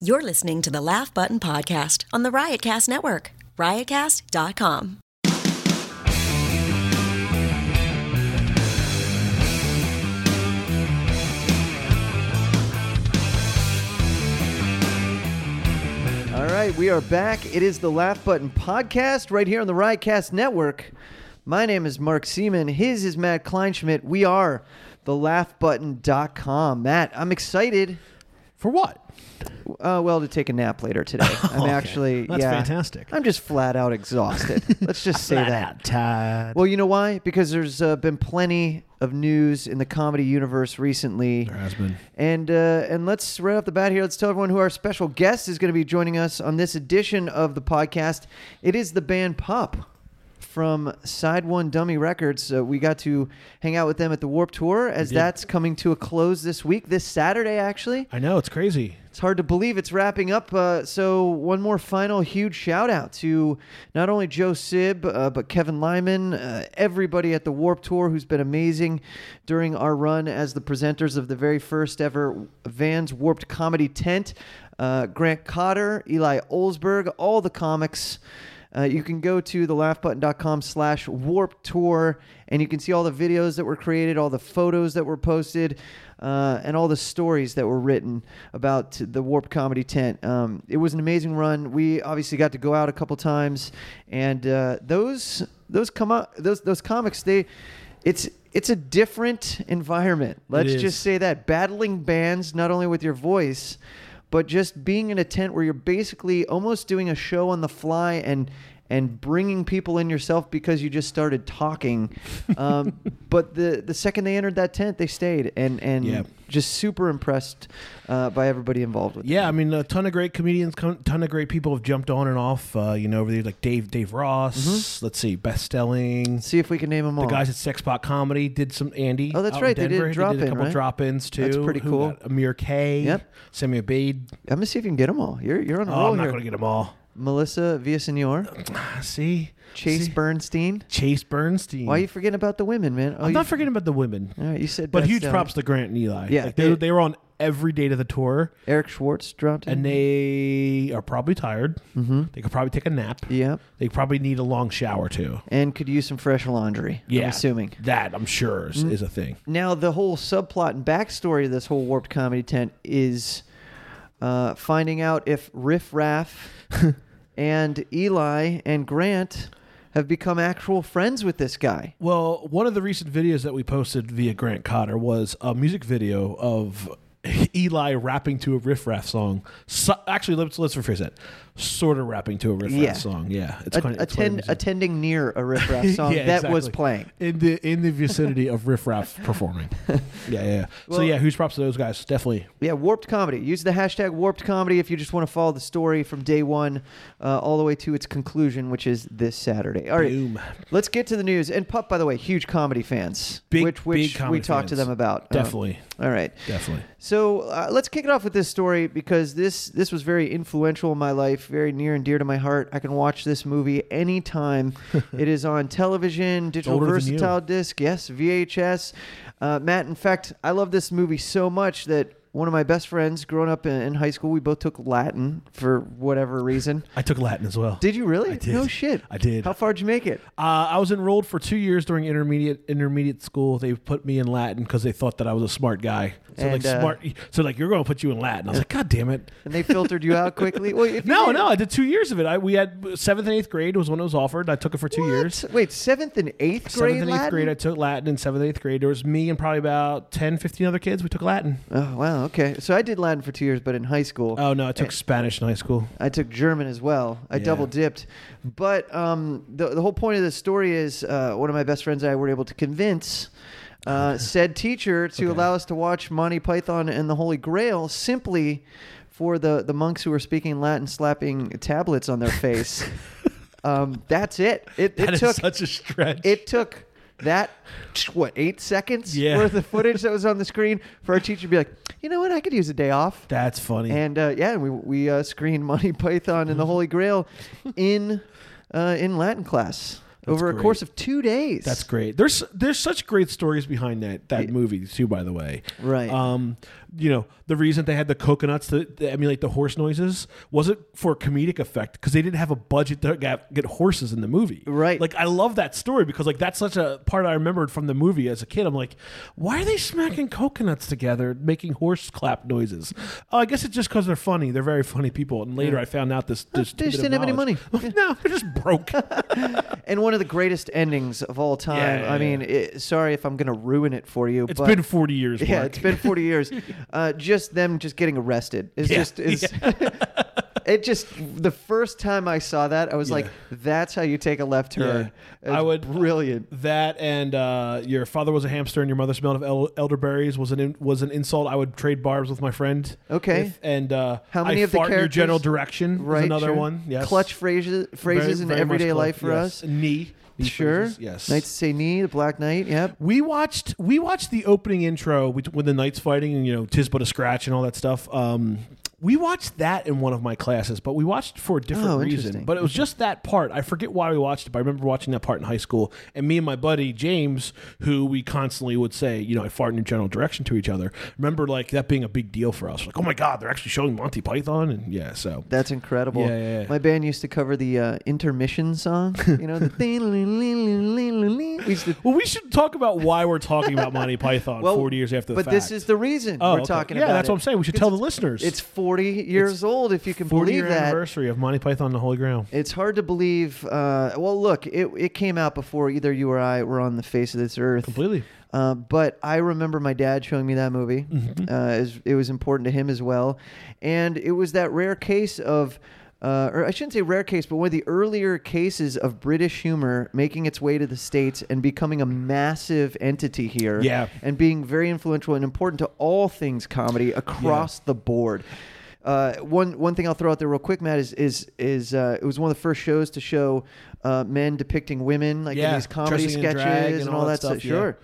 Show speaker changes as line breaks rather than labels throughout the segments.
You're listening to the Laugh Button Podcast on the Riotcast Network, riotcast.com.
All right, we are back. It is the Laugh Button Podcast right here on the Riotcast Network. My name is Mark Seaman. His is Matt Kleinschmidt. We are the laughbutton.com. Matt, I'm excited.
For what?
Uh, well, to take a nap later today. I'm
Okay.
actually
That's
yeah,
fantastic.
I'm just flat out exhausted. Let's just say that.
Tad.
Well, you know why? Because there's uh, been plenty of news in the comedy universe recently.
There has been.
And uh, and let's right off the bat here, let's tell everyone who our special guest is going to be joining us on this edition of the podcast. It is the band Pup from Side One Dummy Records. Uh, we got to hang out with them at the Warp Tour as
did.
that's coming to a close this week, this Saturday actually.
I know it's crazy.
It's hard to believe it's wrapping up. Uh, so, one more final huge shout out to not only Joe Sib, uh, but Kevin Lyman, uh, everybody at the Warp Tour who's been amazing during our run as the presenters of the very first ever Vans Warped Comedy Tent. Uh, Grant Cotter, Eli Olsberg, all the comics. Uh, you can go to thelaughbutton.com slash warp tour and you can see all the videos that were created, all the photos that were posted, uh, and all the stories that were written about the Warp Comedy Tent. Um, it was an amazing run. We obviously got to go out a couple times, and uh, those those come up those those comics they it's it's a different environment. Let's
is.
just say that battling bands not only with your voice but just being in a tent where you're basically almost doing a show on the fly and and bringing people in yourself because you just started talking um, but the the second they entered that tent they stayed and and
Yeah.
just super impressed uh, by everybody involved with it.
Yeah, I mean, a ton of great comedians, con- ton of great people have jumped on and off. Uh, you know, over there, like Dave, Dave Ross.
Mm-hmm.
Let's see, Beth Stelling.
see if we can name them all
The guys at Sexpot Comedy did some Andy.
Oh, that's
out in
right, they did
Denver.
drop-in,
a couple
right?
drop-ins too.
That's pretty
Who
cool.
got? Amir K.
Yep.
Samia Bade.
i'm gonna see if you can get them all you're, you're on a
Oh,
roll
I'm not
here
gonna get them all.
melissa villasenor
Ah, See,
chase
See?
bernstein
Chase Bernstein.
why are you forgetting about the women man oh,
I'm
you,
not forgetting about the women.
all right, you said uh,
But
Beth
huge
Stelling.
props to Grant and Eli.
Yeah,
like they,
they-
they were on every date of the tour,
eric schwartz dropped in
and they are probably tired. Mm-hmm. They could probably take a nap.
yep
They probably need a long shower too.
and could use some fresh laundry. I'm assuming.
that I'm sure is, is a thing.
Now the whole subplot and backstory of this whole warped comedy tent is uh, finding out if Riff Raff and Eli and Grant have become actual friends with this guy.
Well, one of the recent videos that we posted via Grant Cotter was a music video of Eli rapping to a riff raff song. So, actually, let's let's rephrase that. Sort of rapping to a riff raff
Yeah.
song. Yeah, it's
A-
kind of it's
attend,
quite amusing.
attending near a Riff Raff song
Yeah,
that was
exactly.
playing.
in the in the vicinity of Riff Raff performing. Yeah, yeah. yeah. so yeah, huge props to those guys. Definitely.
Yeah, warped comedy. Use the hashtag warped comedy if you just want to follow the story from day one uh, all the way to its conclusion, which is this Saturday. All right,
Boom.
let's get to the news. And Pup, by the way, huge comedy fans,
Big-
which which
big comedy
we talked to
fans.
them about. Uh,
Definitely.
all right.
Definitely.
So uh, let's kick it off with this story because this this was very influential in my life, very near and dear to my heart. I can watch this movie anytime. it is on television, digital
older than you.
versatile disc, yes, VHS. Uh, Matt, in fact, I love this movie so much that one of my best friends, growing up in, in high school, we both took Latin for whatever reason.
I took Latin as well.
Did you really?
I did.
No shit.
I did.
How far would you make it?
Uh, I was enrolled for two years during intermediate intermediate school. They put me in Latin because they thought that I was a smart guy. So
And,
like
uh,
smart. So like you're going to put you in Latin. I was like, God damn it.
And they filtered you out quickly. Well, if you
No,
did-
no. I did two years of it. I we had seventh and eighth grade was when it was offered. I took it for two
What?
years.
Wait, seventh and eighth grade.
Seventh and eighth
Latin?
grade, I took Latin. In seventh and eighth grade, there was me and probably about 10, 15 other kids. We took Latin.
Oh wow, okay. So I did Latin for two years, but in high school,
Oh no, I took Spanish in high school.
I took German as well. I
Yeah.
double dipped. But um, the the whole point of this story is uh, one of my best friends and I were able to convince. Uh, said teacher to allow us to watch Monty Python and the Holy Grail simply for the, the monks who were speaking Latin slapping tablets on their face. um, that's it. It,
That
it
is
took
such a stretch.
it took that what eight seconds
Yeah.
worth of footage that was on the screen for our teacher to be like, you know what, I could use a day off.
That's funny.
And uh, yeah, we we
Mm-hmm.
uh, screened Monty Python and the Holy Grail in uh, in Latin class. over a
great.
course of two days.
That's great. There's there's such great stories behind that that movie too. By the way,
Right.
Um, you know the reason they had the coconuts to, to emulate the horse noises wasn't for comedic effect because they didn't have a budget to get, get horses in the movie.
Right.
Like I love that story because like that's such a part I remembered from the movie as a kid. I'm like, why are they smacking coconuts together, making horse clap noises? Oh, I guess it's just because they're funny. They're very funny people. And later I found out this. this
They just didn't
bit of
have any
knowledge.
money.
no, they're just broke.
and one of the greatest endings of all time.
Yeah, yeah,
I mean, it, sorry if I'm going to ruin it for you.
It's
but
been 40 years.
yeah,
Mark.
it's been 40 years. Uh, just them just getting arrested is
Yeah,
just is. It just the first time I saw that I was like, "That's how you take a left turn."
Yeah. I
It's
would- uh,
brilliant.
That and uh, your father was a hamster and your mother smelled of el- elderberries was an in- was an insult. I would trade barbs with my friend.
Okay.
If- and uh,
How many
I
of the
fart in your
characters-
general direction? Right.
Right,
another
sure.
one. Yes.
Clutch phrases,
Very-
phrases in
very much
everyday
clutch,
life for
yes.
us.
Knee. knee
Sure.
phrases, Yes.
Knights of Saint Knee, the Black Knight. Yep.
We watched we watched the opening intro with- when the knights fighting and you know tis but a scratch and all that stuff. Um, we watched that in one of my classes, but we watched for a different
Oh,
reason.
interesting.
But it was just that part. I forget why we watched it, but I remember watching that part in high school. And me and my buddy James, who we constantly would say, you know, I fart in your general direction to each other. Remember like that being a big deal for us. Like, oh my god, they're actually showing Monty Python, and yeah, so
That's incredible.
Yeah, yeah, yeah.
My band used to cover the uh, intermission song. You know, the we used to
Well, we should talk about why we're talking about Monty Python
Well,
40 years after the
but
fact.
this is the reason
Oh,
we're
okay.
talking
yeah,
about
that's
it.
what I'm saying. We should tell the listeners.
It's 40 years old, if you can
40
believe
year
that.
anniversary of Monty Python and the Holy Grail.
It's hard to believe. Uh, well, look, it, it came out before either you or I were on the face of this earth.
Completely.
Uh, but I remember my dad showing me that movie.
Mm-hmm.
Uh, as- it was important to him as well. And it was that rare case of, uh, or I shouldn't say rare case, but one of the earlier cases of British humor making its way to the States and becoming a massive entity here.
Yeah.
And being very influential and important to all things comedy across the board. Uh, one one thing I'll throw out there real quick, Matt, is is is uh, it was one of the first shows to show uh, men depicting women like in
Yeah,
these comedy
dressing in
sketches
drag
and, all, that stuff.
yeah.
Sure,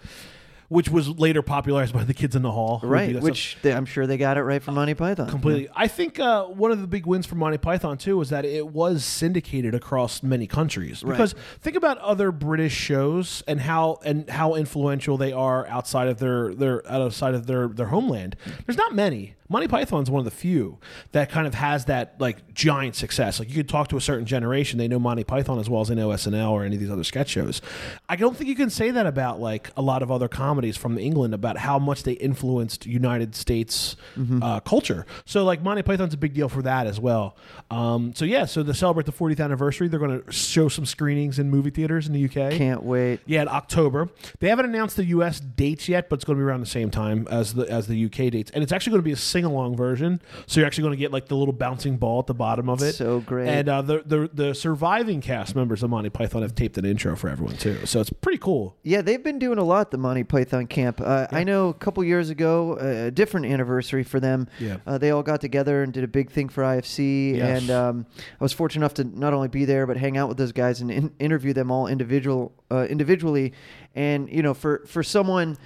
Which was later popularized by the kids in the hall. who would do
right.
that
Which
stuff Uh,
they, I'm sure they got it right from Monty Python.
completely. I think uh, one of the big wins for Monty Python too was that it was syndicated across many countries. Because think about other British shows and how and how influential they are outside of their their outside of their their homeland. There's not many. Monty Python's one of the few that kind of has that like giant success. Like you could talk to a certain generation, they know Monty Python as well as they know SNL or any of these other sketch shows. I don't think you can say that about like a lot of other comedies from England about how much they influenced United States uh, culture. So like Monty Python's a big deal for that as well. Um, so yeah, so to celebrate the 40th anniversary, they're going to show some screenings in movie theaters in the UK.
Can't wait.
Yeah, in October. They haven't announced the U.S. dates yet, but it's going to be around the same time as the as the U.K. dates, and it's actually going to be a sing along version. So you're actually going to get like the little bouncing ball at the bottom of it.
So great.
And uh, the, the the surviving cast members of Monty Python have taped an intro for everyone too, so it's pretty cool.
Yeah, they've been doing a lot, the Monty Python camp. Uh, I know a couple years ago, uh, a different anniversary for them.
Yeah.
Uh, they all got together and did a big thing for IFC.
Yes.
And um, I was fortunate enough to not only be there, but hang out with those guys and in- interview them all individual uh, individually. And, you know, for, for someone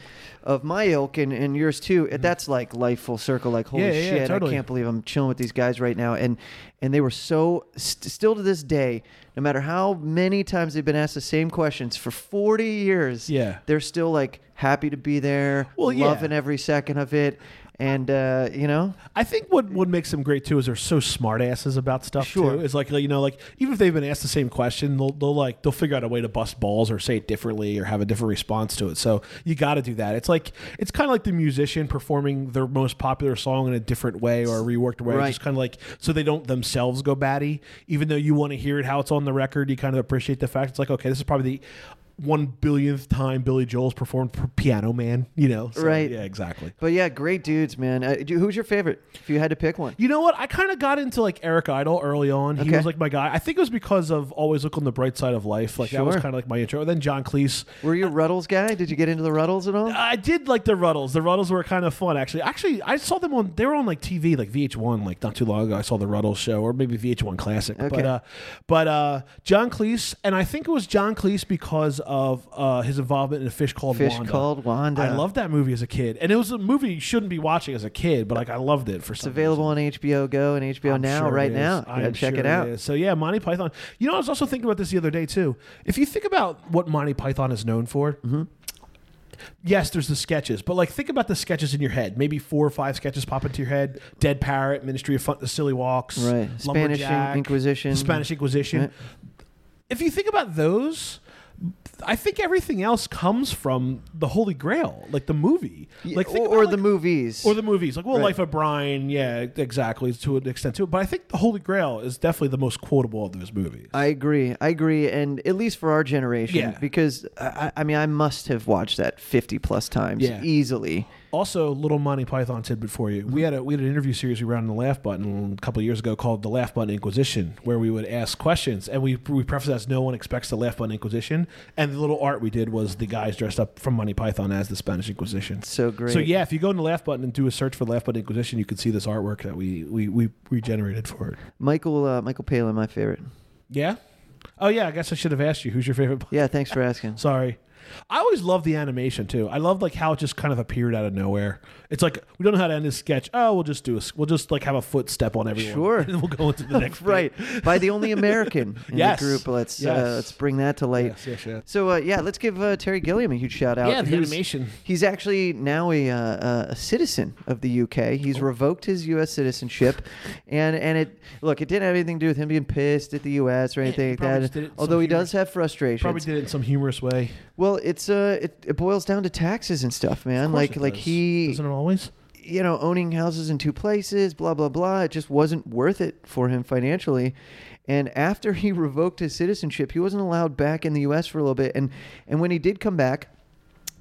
of my ilk and, and yours too, that's like life full circle. Like, holy
Mm-hmm. Yeah, yeah, yeah,
shit,
totally.
I can't believe I'm chilling with these guys right now. And and they were so st- still to this day, no matter how many times they've been asked the same questions for 40 years,
Yeah.
they're still like happy to be there,
Well, yeah.
loving every second of it, and uh, you know,
I think what what makes them great too is they're so smart asses about stuff
Sure.
too. It's like you know, like even if they've been asked the same question, they'll, they'll like they'll figure out a way to bust balls or say it differently or have a different response to it. So you got to do that. It's like it's kind of like the musician performing their most popular song in a different way or a reworked way,
Right.
just kind of like so they don't themselves go batty. Even though you want to hear it how it's on the record, you kind of appreciate the fact it's like okay, this is probably the one billionth time Billy Joel's performed for Piano Man. You know, So,
Right.
Yeah, exactly.
but yeah, great dudes, man. Uh, do- who's your favorite? If you had to pick one,
You know what? I kind of got into like Eric Idle early on. He
Okay.
was like my guy. I think it was because of always look on the bright side of life. Like that was
Sure.
kind of like my intro. And then John Cleese.
were you a Ruddles guy? Did you get into the Ruddles at all?
I did like the Ruddles. The Ruddles were kind of fun, actually. Actually, I saw them on. They were on like TV, like VH1, like not too long ago. I saw the Ruddles show, or maybe VH1 Classic. But
Okay.
uh, but uh, John Cleese, and I think it was John Cleese because of uh, his involvement in a fish called
Fish
Wanda.
Called Wanda.
I loved that movie as a kid, and it was a movie you shouldn't be watching as a kid, but like I loved it for
It's available on HBO Go and HBO Now
sure it
right
is.
now.
I
Gotta
am
check
sure
it out.
is. So yeah, Monty Python. You know, I was also thinking about this the other day too. If you think about what Monty Python is known for.
Mm-hmm.
Yes, there's the sketches, but like think about the sketches in your head. Maybe four or five sketches pop into your head. Dead Parrot, Ministry of Fun, The Silly Walks,
Right. Spanish
Lumberjack,
Inquisition.
Spanish Inquisition.
Right.
If you think about those, I think everything else comes from the Holy Grail, like the movie, like think
or,
about,
or
like,
the movies.
or the movies, like well,
Right.
Life of Brian, yeah, exactly, to an extent too. But I think The Holy Grail is definitely the most quotable of those movies.
I agree. I agree, and at least for our generation,
Yeah.
because I, I mean, I must have watched that fifty plus times
Yeah.
easily.
also, little Monty Python tidbit for you: we had a we had an interview series we ran on the Laugh Button a couple of years ago called "The Laugh Button Inquisition," where we would ask questions, and we we preface as no one expects the Laugh Button Inquisition, and the little art we did was the guys dressed up from Monty Python as the Spanish Inquisition.
So great.
So yeah, if you go in the Laugh Button and do a search for Laugh Button Inquisition, you can see this artwork that we we we regenerated for it.
Michael uh, Michael Palin, my favorite.
Yeah. Oh yeah, I guess I should have asked you who's your favorite.
Yeah, thanks for asking.
Sorry. I always love the animation too. I love like how it just kind of appeared out of nowhere. It's like we don't know how to end this sketch. Oh, we'll just do a s- we'll just like have a footstep on everyone.
Sure.
And then we'll go into the next bit.
right by the only American in
Yes.
the group. Let's uh,
Yes.
let's bring that to light.
Yes, yes, yes.
So uh, yeah, let's give uh, Terry Gilliam a huge shout out.
Yeah, the
who's-
animation.
He's actually now a, uh, uh, a citizen of the UK. He's revoked his U.S. citizenship, and and it look it didn't have anything to do with him being pissed at the U.S. or
he
anything
probably
like
just did it
that.
in some
Although he
humor.
does have frustrations.
Probably did it in some humorous way.
Well, it's uh, it, it boils down to taxes and stuff, man.
Of course
Like
it
like
does.
he
doesn't it always.
you know, owning houses in two places, blah, blah, blah. It just wasn't worth it for him financially. And after he revoked his citizenship, he wasn't allowed back in the U.S. for a little bit. And, and when he did come back,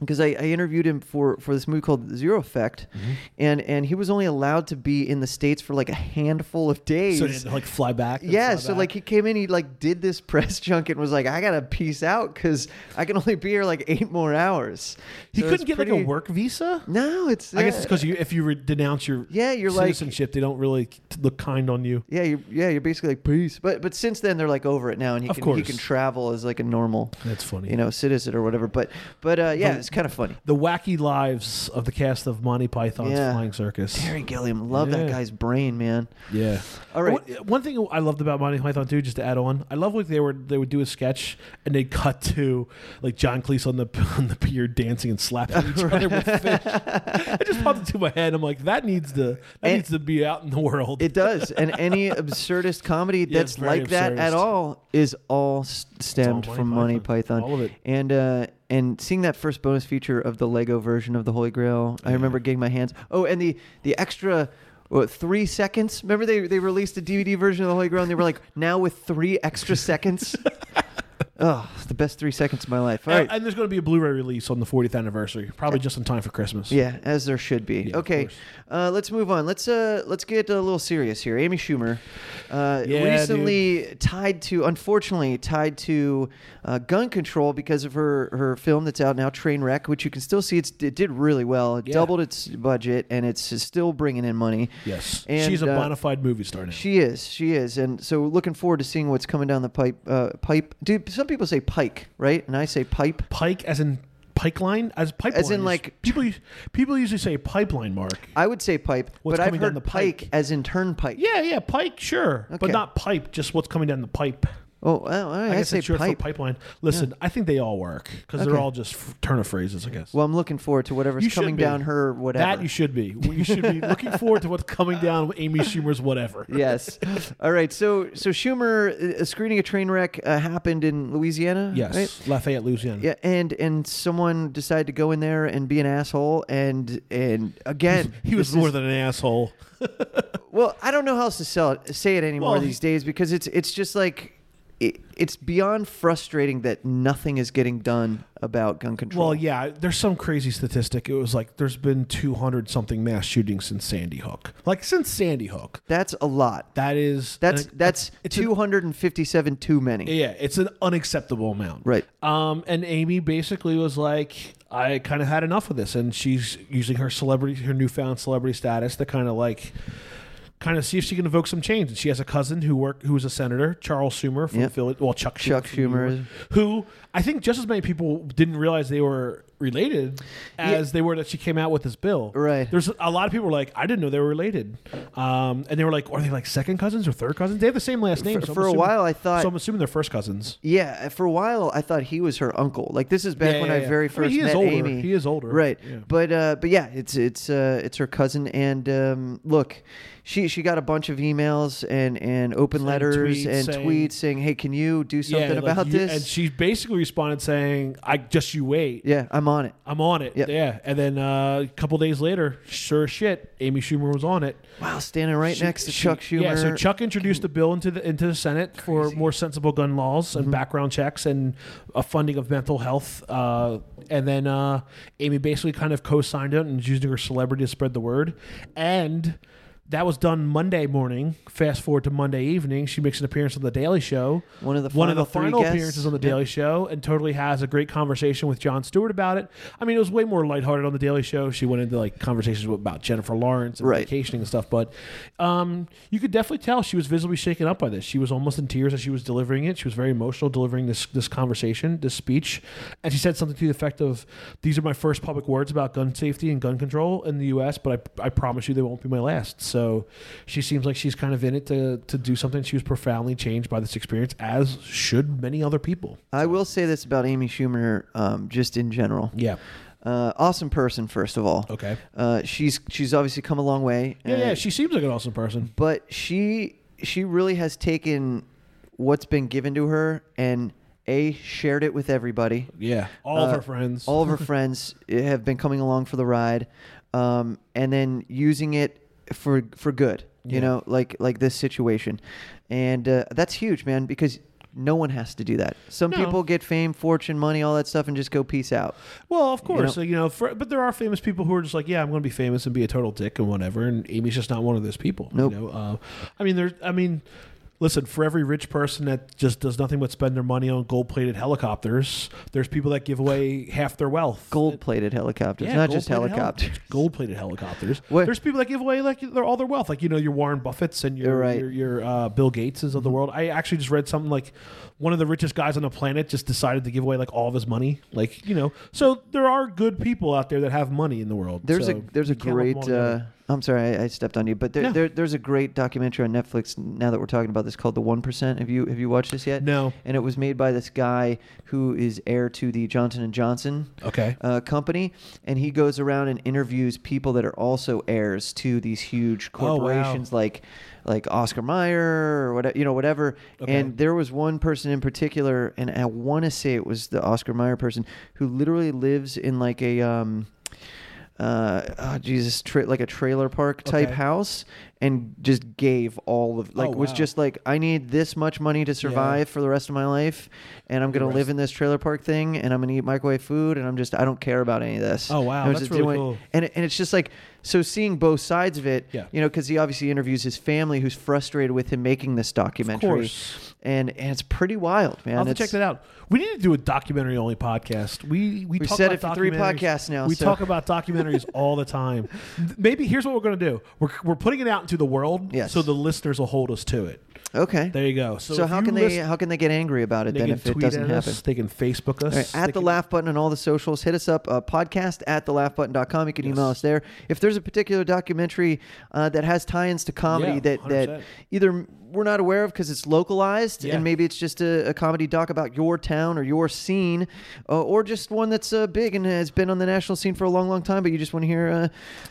because I, I interviewed him for, for this movie called Zero Effect,
Mm-hmm.
and, and he was only allowed to be in the States for like a handful of days.
So it didn't, like fly back. and
Yeah,
fly
so
back.
like he came in, he like did this press junket and was like, I gotta peace out because I can only be here like eight more hours.
he
So
couldn't
it's
get like
pretty-
a work visa.
No, it's
I guess
uh,
it's because you if you re- denounce your
Yeah, you're like-
citizenship, they don't really t- look kind on you.
Yeah, you're, yeah, you're basically like peace. But but since then they're like over it now, and he
Of
can he
course.
can travel as like a normal,
That's funny.
you know, citizen or whatever. But but uh, yeah, it's kind of funny.
the wacky lives of the cast of Monty Python's
Yeah.
Flying Circus.
Terry Gilliam, love that
Yeah.
guy's brain, man.
Yeah.
All right.
One, one thing I loved about Monty Python too, just to add on, I love what they were they would do a sketch and they'd cut to like John Cleese on the on the pier dancing and slapping each other with fish. It just popped into my head. I'm like, that needs to that
And-
needs to be out in the world.
It does, and any absurdist comedy
Yeah,
that's
it's very
like that at
absurdist.
all is all s- stemmed
It's all Monty
from Monty Python.
Python. All of it.
And uh, and seeing that first bonus feature of the Lego version of the Holy Grail, I remember getting my hands. Oh, and the the extra. What, three seconds? Remember they, they released a DVD version of the Holy Grail, and they were like, now with three extra seconds. oh, it's the best three seconds of my life. All right,
and, and there's going to be a Blu-ray release on the 40th anniversary, probably just in time for Christmas.
yeah, as there should be.
Yeah, of
okay,
course.
uh, let's move on. Let's uh, let's get a little serious here. Amy Schumer, uh,
Yeah,
recently tied to, unfortunately, tied to uh, gun control because of her her film that's out now, Trainwreck, which you can still see. It's, it did really well. It
Yeah.
doubled its budget, and it's still bringing in money.
Yes.
And,
She's a
uh,
bona fide movie star now.
She is, she is, and so looking forward to seeing what's coming down the pipe. Uh, pipe, dude. Some people say pike, right? And I say pipe.
Pike as in pipeline as pipeline.
in,
is-
like-
people us- people usually say pipeline mark.
I would say pipe,
What's
but I've
coming down
heard
the
pike.
pike?
as in turnpike.
Yeah, yeah, pike, sure,
Okay.
but not pipe. Just what's coming down the pipe.
Oh, well, I,
I guess
say
it's short
pipe.
for pipeline. Listen, I think they all work because
Okay.
they're all just f- turn of phrases. I guess.
Well, I'm looking forward to whatever's
You should
coming
be.
down her whatever.
that you should be. You should be looking forward to what's coming down with Amy Schumer's whatever.
yes. All right. So so Schumer uh, screening a train wreck uh, happened in Louisiana.
Yes,
Right?
Lafayette, Louisiana.
Yeah, and and someone decided to go in there and be an asshole, and and again,
He was
this
more
is-
than an asshole.
well. I don't know how else to sell it, say it anymore
Well,
these
he-
days because it's it's just like. It, it's beyond frustrating that nothing is getting done about gun control.
Well, yeah, there's some crazy statistic. It was like there's been 200 something mass shootings since Sandy Hook. Like since Sandy Hook.
that's a lot.
That is
That's
an-
that's
it's an-
two hundred and fifty-seven too many.
Yeah, it's an unacceptable amount.
Right.
Um, and Amy basically was like, I kind of had enough of this, and she's using her celebrity, her newfound celebrity status to kind of like kind of see if she can evoke some change. And she has a cousin who work who is a senator, Charles Schumer from
Yep.
Philly. Well, Chuck Schumer,
Chuck
from New
Schumer.
York, who I think just as many people didn't realize they were related as they were that she came out with this bill.
Right.
There's a lot of people were like, I didn't know they were related, um, and they were like, are they like second cousins or third cousins? They have the same last name.
For-
I'm
for a
assuming-
while, I thought-
So I'm assuming they're first cousins.
Yeah, for a while I thought he was her uncle. Like this is back
Yeah,
when
yeah,
I
yeah.
very
I mean,
first
he is
met
older.
Amy.
He is older.
right?
Yeah.
But uh, but yeah, it's it's uh, it's her cousin. And um, look, she she got a bunch of emails and and open letters
tweets
and
saying-
tweets saying, "Hey, can you do something
like,
about
you-
this?"
And she basically responded saying, "I just you wait.
yeah, I'm on it.
I'm on it.
Yep.
Yeah. And then uh, a couple days later, sure as shit, Amy Schumer was on it.
Wow, standing right next to Chuck Schumer.
Yeah, so Chuck introduced a bill into the into the Senate for more sensible gun laws
Mm-hmm.
and background checks and a funding of mental health. Uh, and then uh, Amy basically kind of co-signed it and using her celebrity to spread the word. And that was done Monday morning. Fast forward to Monday evening, she makes an appearance on the Daily Show.
One of the
one of
final
the
three
final
guests.
appearances on the Daily Show, and totally has a great conversation with Jon Stewart about it. I mean, it was way more lighthearted on the Daily Show. She went into like conversations about Jennifer Lawrence and
Right.
vacationing and stuff, but um, you could definitely tell she was visibly shaken up by this. She was almost in tears as she was delivering it. She was very emotional delivering this this conversation, this speech, and she said something to the effect of, "These are my first public words about gun safety and gun control in the U.S., but I, I promise you they won't be my last." So she seems like she's kind of in it to to do something. She was profoundly changed by this experience, as should many other people.
I will say this about Amy Schumer, um, just in general.
Yeah.
Uh, awesome person, first of all.
Okay.
Uh, she's she's obviously come a long way.
Yeah, yeah,
Uh,
she seems like an awesome person.
but she she really has taken what's been given to her and a shared it with everybody.
Yeah, all of
Uh,
her friends.
all of her friends eh, have been coming along for the ride, um, and then using it for for good. You
Yeah.
know, like like this situation, and uh, that's huge, man, because. No one has to do that. Some
No.
people get fame, fortune, money, all that stuff, and just go peace out.
Well, of course,
know?
so, you know, for, but there are famous people who are just like, yeah, I'm going to be famous and be a total dick and whatever. And Amy's just not one of those people.
Nope.
You know? uh, I mean, there's, I mean, listen, for every rich person that just does nothing but spend their money on gold-plated helicopters, there's people that give away half their wealth.
Gold-plated helicopters,
Yeah,
not just
gold-plated
helicopters.
Gold-plated helicopters.
What-
There's people that give away like their, all their wealth, like you know your Warren Buffets and your
You're right. Mm-hmm.
your, your uh, Bill Gateses of the world. I actually just read something like one of the richest guys on the planet just decided to give away like all of his money, like you know. So there are good people out there that have money in the world.
There's
So
a there's a
you can't lump
great.
them all together.
Uh, I'm sorry, I, I stepped on you, but there,
No.
there there's a great documentary on Netflix now that we're talking about this called The One Percent. Have you have you watched this yet?
No.
And it was made by this guy who is heir to the Johnson and Johnson
Okay.
uh, company, and he goes around and interviews people that are also heirs to these huge
Oh, wow.
corporations like like Oscar Mayer or whatever you know whatever.
Okay.
And there was one person in particular, and I want to say it was the Oscar Mayer person who literally lives in like a um, uh, oh, Jesus, tra- like a trailer park type
Okay.
house, and just gave all of like
Oh,
was
wow.
just like I need this much money to survive for the rest of my life, and I'm gonna
rest-
live in this trailer park thing, and I'm gonna eat microwave food, and I'm just I don't care about any of this.
Oh, wow,
I was
that's
just
really
doing-
cool.
And it- and it's just like so seeing both sides of it,
Yeah.
you know, because he obviously interviews his family who's frustrated with him making this documentary,
course.
and and it's pretty wild, man.
I'll have to
It's-
check that out. We need to do a documentary only podcast. We we
We've
talk
said
about
it for three
documentaries.
podcasts now,
We
so-
talk about documentaries all the time. Th- Maybe here's what we're going to do. We're, we're putting it out into the world,
Yes.
so the listeners will hold us to it.
Okay.
There you go. So,
so
if
how
you
can they
listen-
how can they get angry about it
they
then
can
if it
tweet
doesn't
at
happen?
Us, they can Facebook us
All right,
they
at the
can-
laugh button on all the socials. Hit us up, uh, podcast at thelaughbutton.com. You can email us there. If there's a particular documentary uh, that has tie ins to comedy
Yeah,
that, that
100%.
either we're not aware of because it's localized
Yeah.
and maybe it's just a, a comedy doc about your town or your scene, uh, or just one that's uh, big and has been on the national scene for a long, long time, but you just want to hear uh,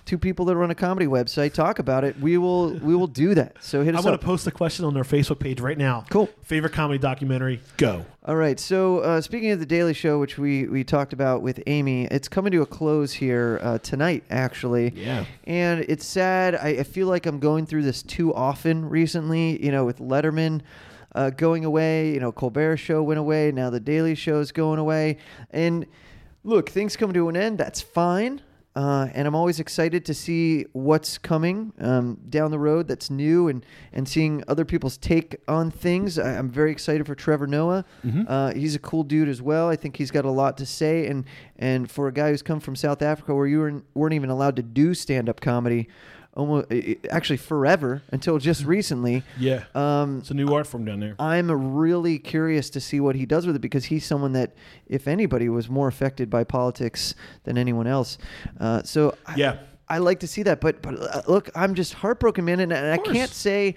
two people that run a comedy website talk about it, we will we will do that. So hit
I
us
want
up.
to post a question on their Facebook page right now.
Cool.
Favorite comedy documentary? Go.
All right. So uh, speaking of the Daily Show, which we we talked about with Amy, it's coming to a close here uh, tonight, actually.
Yeah.
And it's sad. I, I feel like I'm going through this too often recently. You know, with Letterman. Uh, going away, you know, Colbert show went away. Now the Daily Show's going away, and look, things come to an end. That's fine, uh, and I'm always excited to see what's coming um, down the road. That's new, and and seeing other people's take on things. I, I'm very excited for Trevor Noah. Uh, he's a cool dude as well. I think he's got a lot to say, and and for a guy who's come from South Africa, where you weren't, weren't even allowed to do stand up comedy. almost actually forever until just recently.
Yeah.
Uh,
Um, it's a new art form down there.
I'm really curious to see what he does with it because he's someone that, if anybody, was more affected by politics than anyone else. Uh, so I-
Yeah.
I, like to see that. But but uh, look, I'm just heartbroken, man, and, and I
course.
can't say.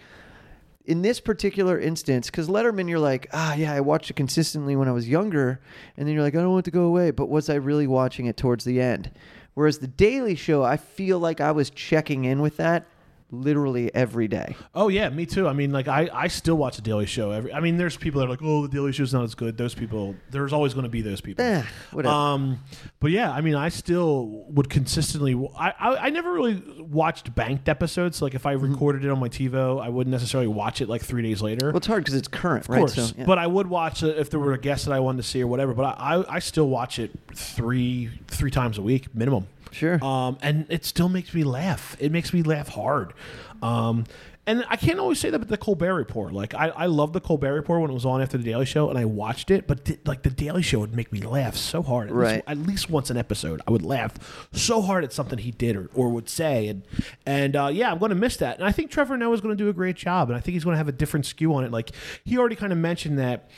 In this particular instance, because Letterman, you're like, ah, yeah, I watched it consistently when I was younger, and then you're like, I don't want it to go away. But was I really watching it towards the end? Whereas the Daily Show, I feel like I was checking in with that literally every day.
Oh yeah, me too. I mean, like I, I still watch the Daily Show. Every I mean, there's people that are like, oh, the Daily Show's not as good. Those people, there's always going to be those people.
Eh, whatever.
Um, but yeah, I mean, I still would consistently. I, I I never really watched banked episodes. Like if I recorded it on my TiVo, I wouldn't necessarily watch it like three days later.
Well, it's hard because it's current,
of
right?
course,
yeah.
but I would watch it if there were a guest that I wanted to see or whatever. But I, I, I still watch it three three times a week minimum.
Sure.
Um, and it still makes me laugh. It makes me laugh hard. Um, and I can't always say that about the Colbert Report. Like I, I loved the Colbert Report when it was on after the Daily Show, and I watched it. But th- like the Daily Show would make me laugh so hard. At
Right.
Least, at least once an episode, I would laugh so hard at something he did or, or would say. And and uh, yeah, I'm going to miss that. And I think Trevor Noah's going to do a great job. And I think he's going to have a different skew on it. Like he already kind of mentioned that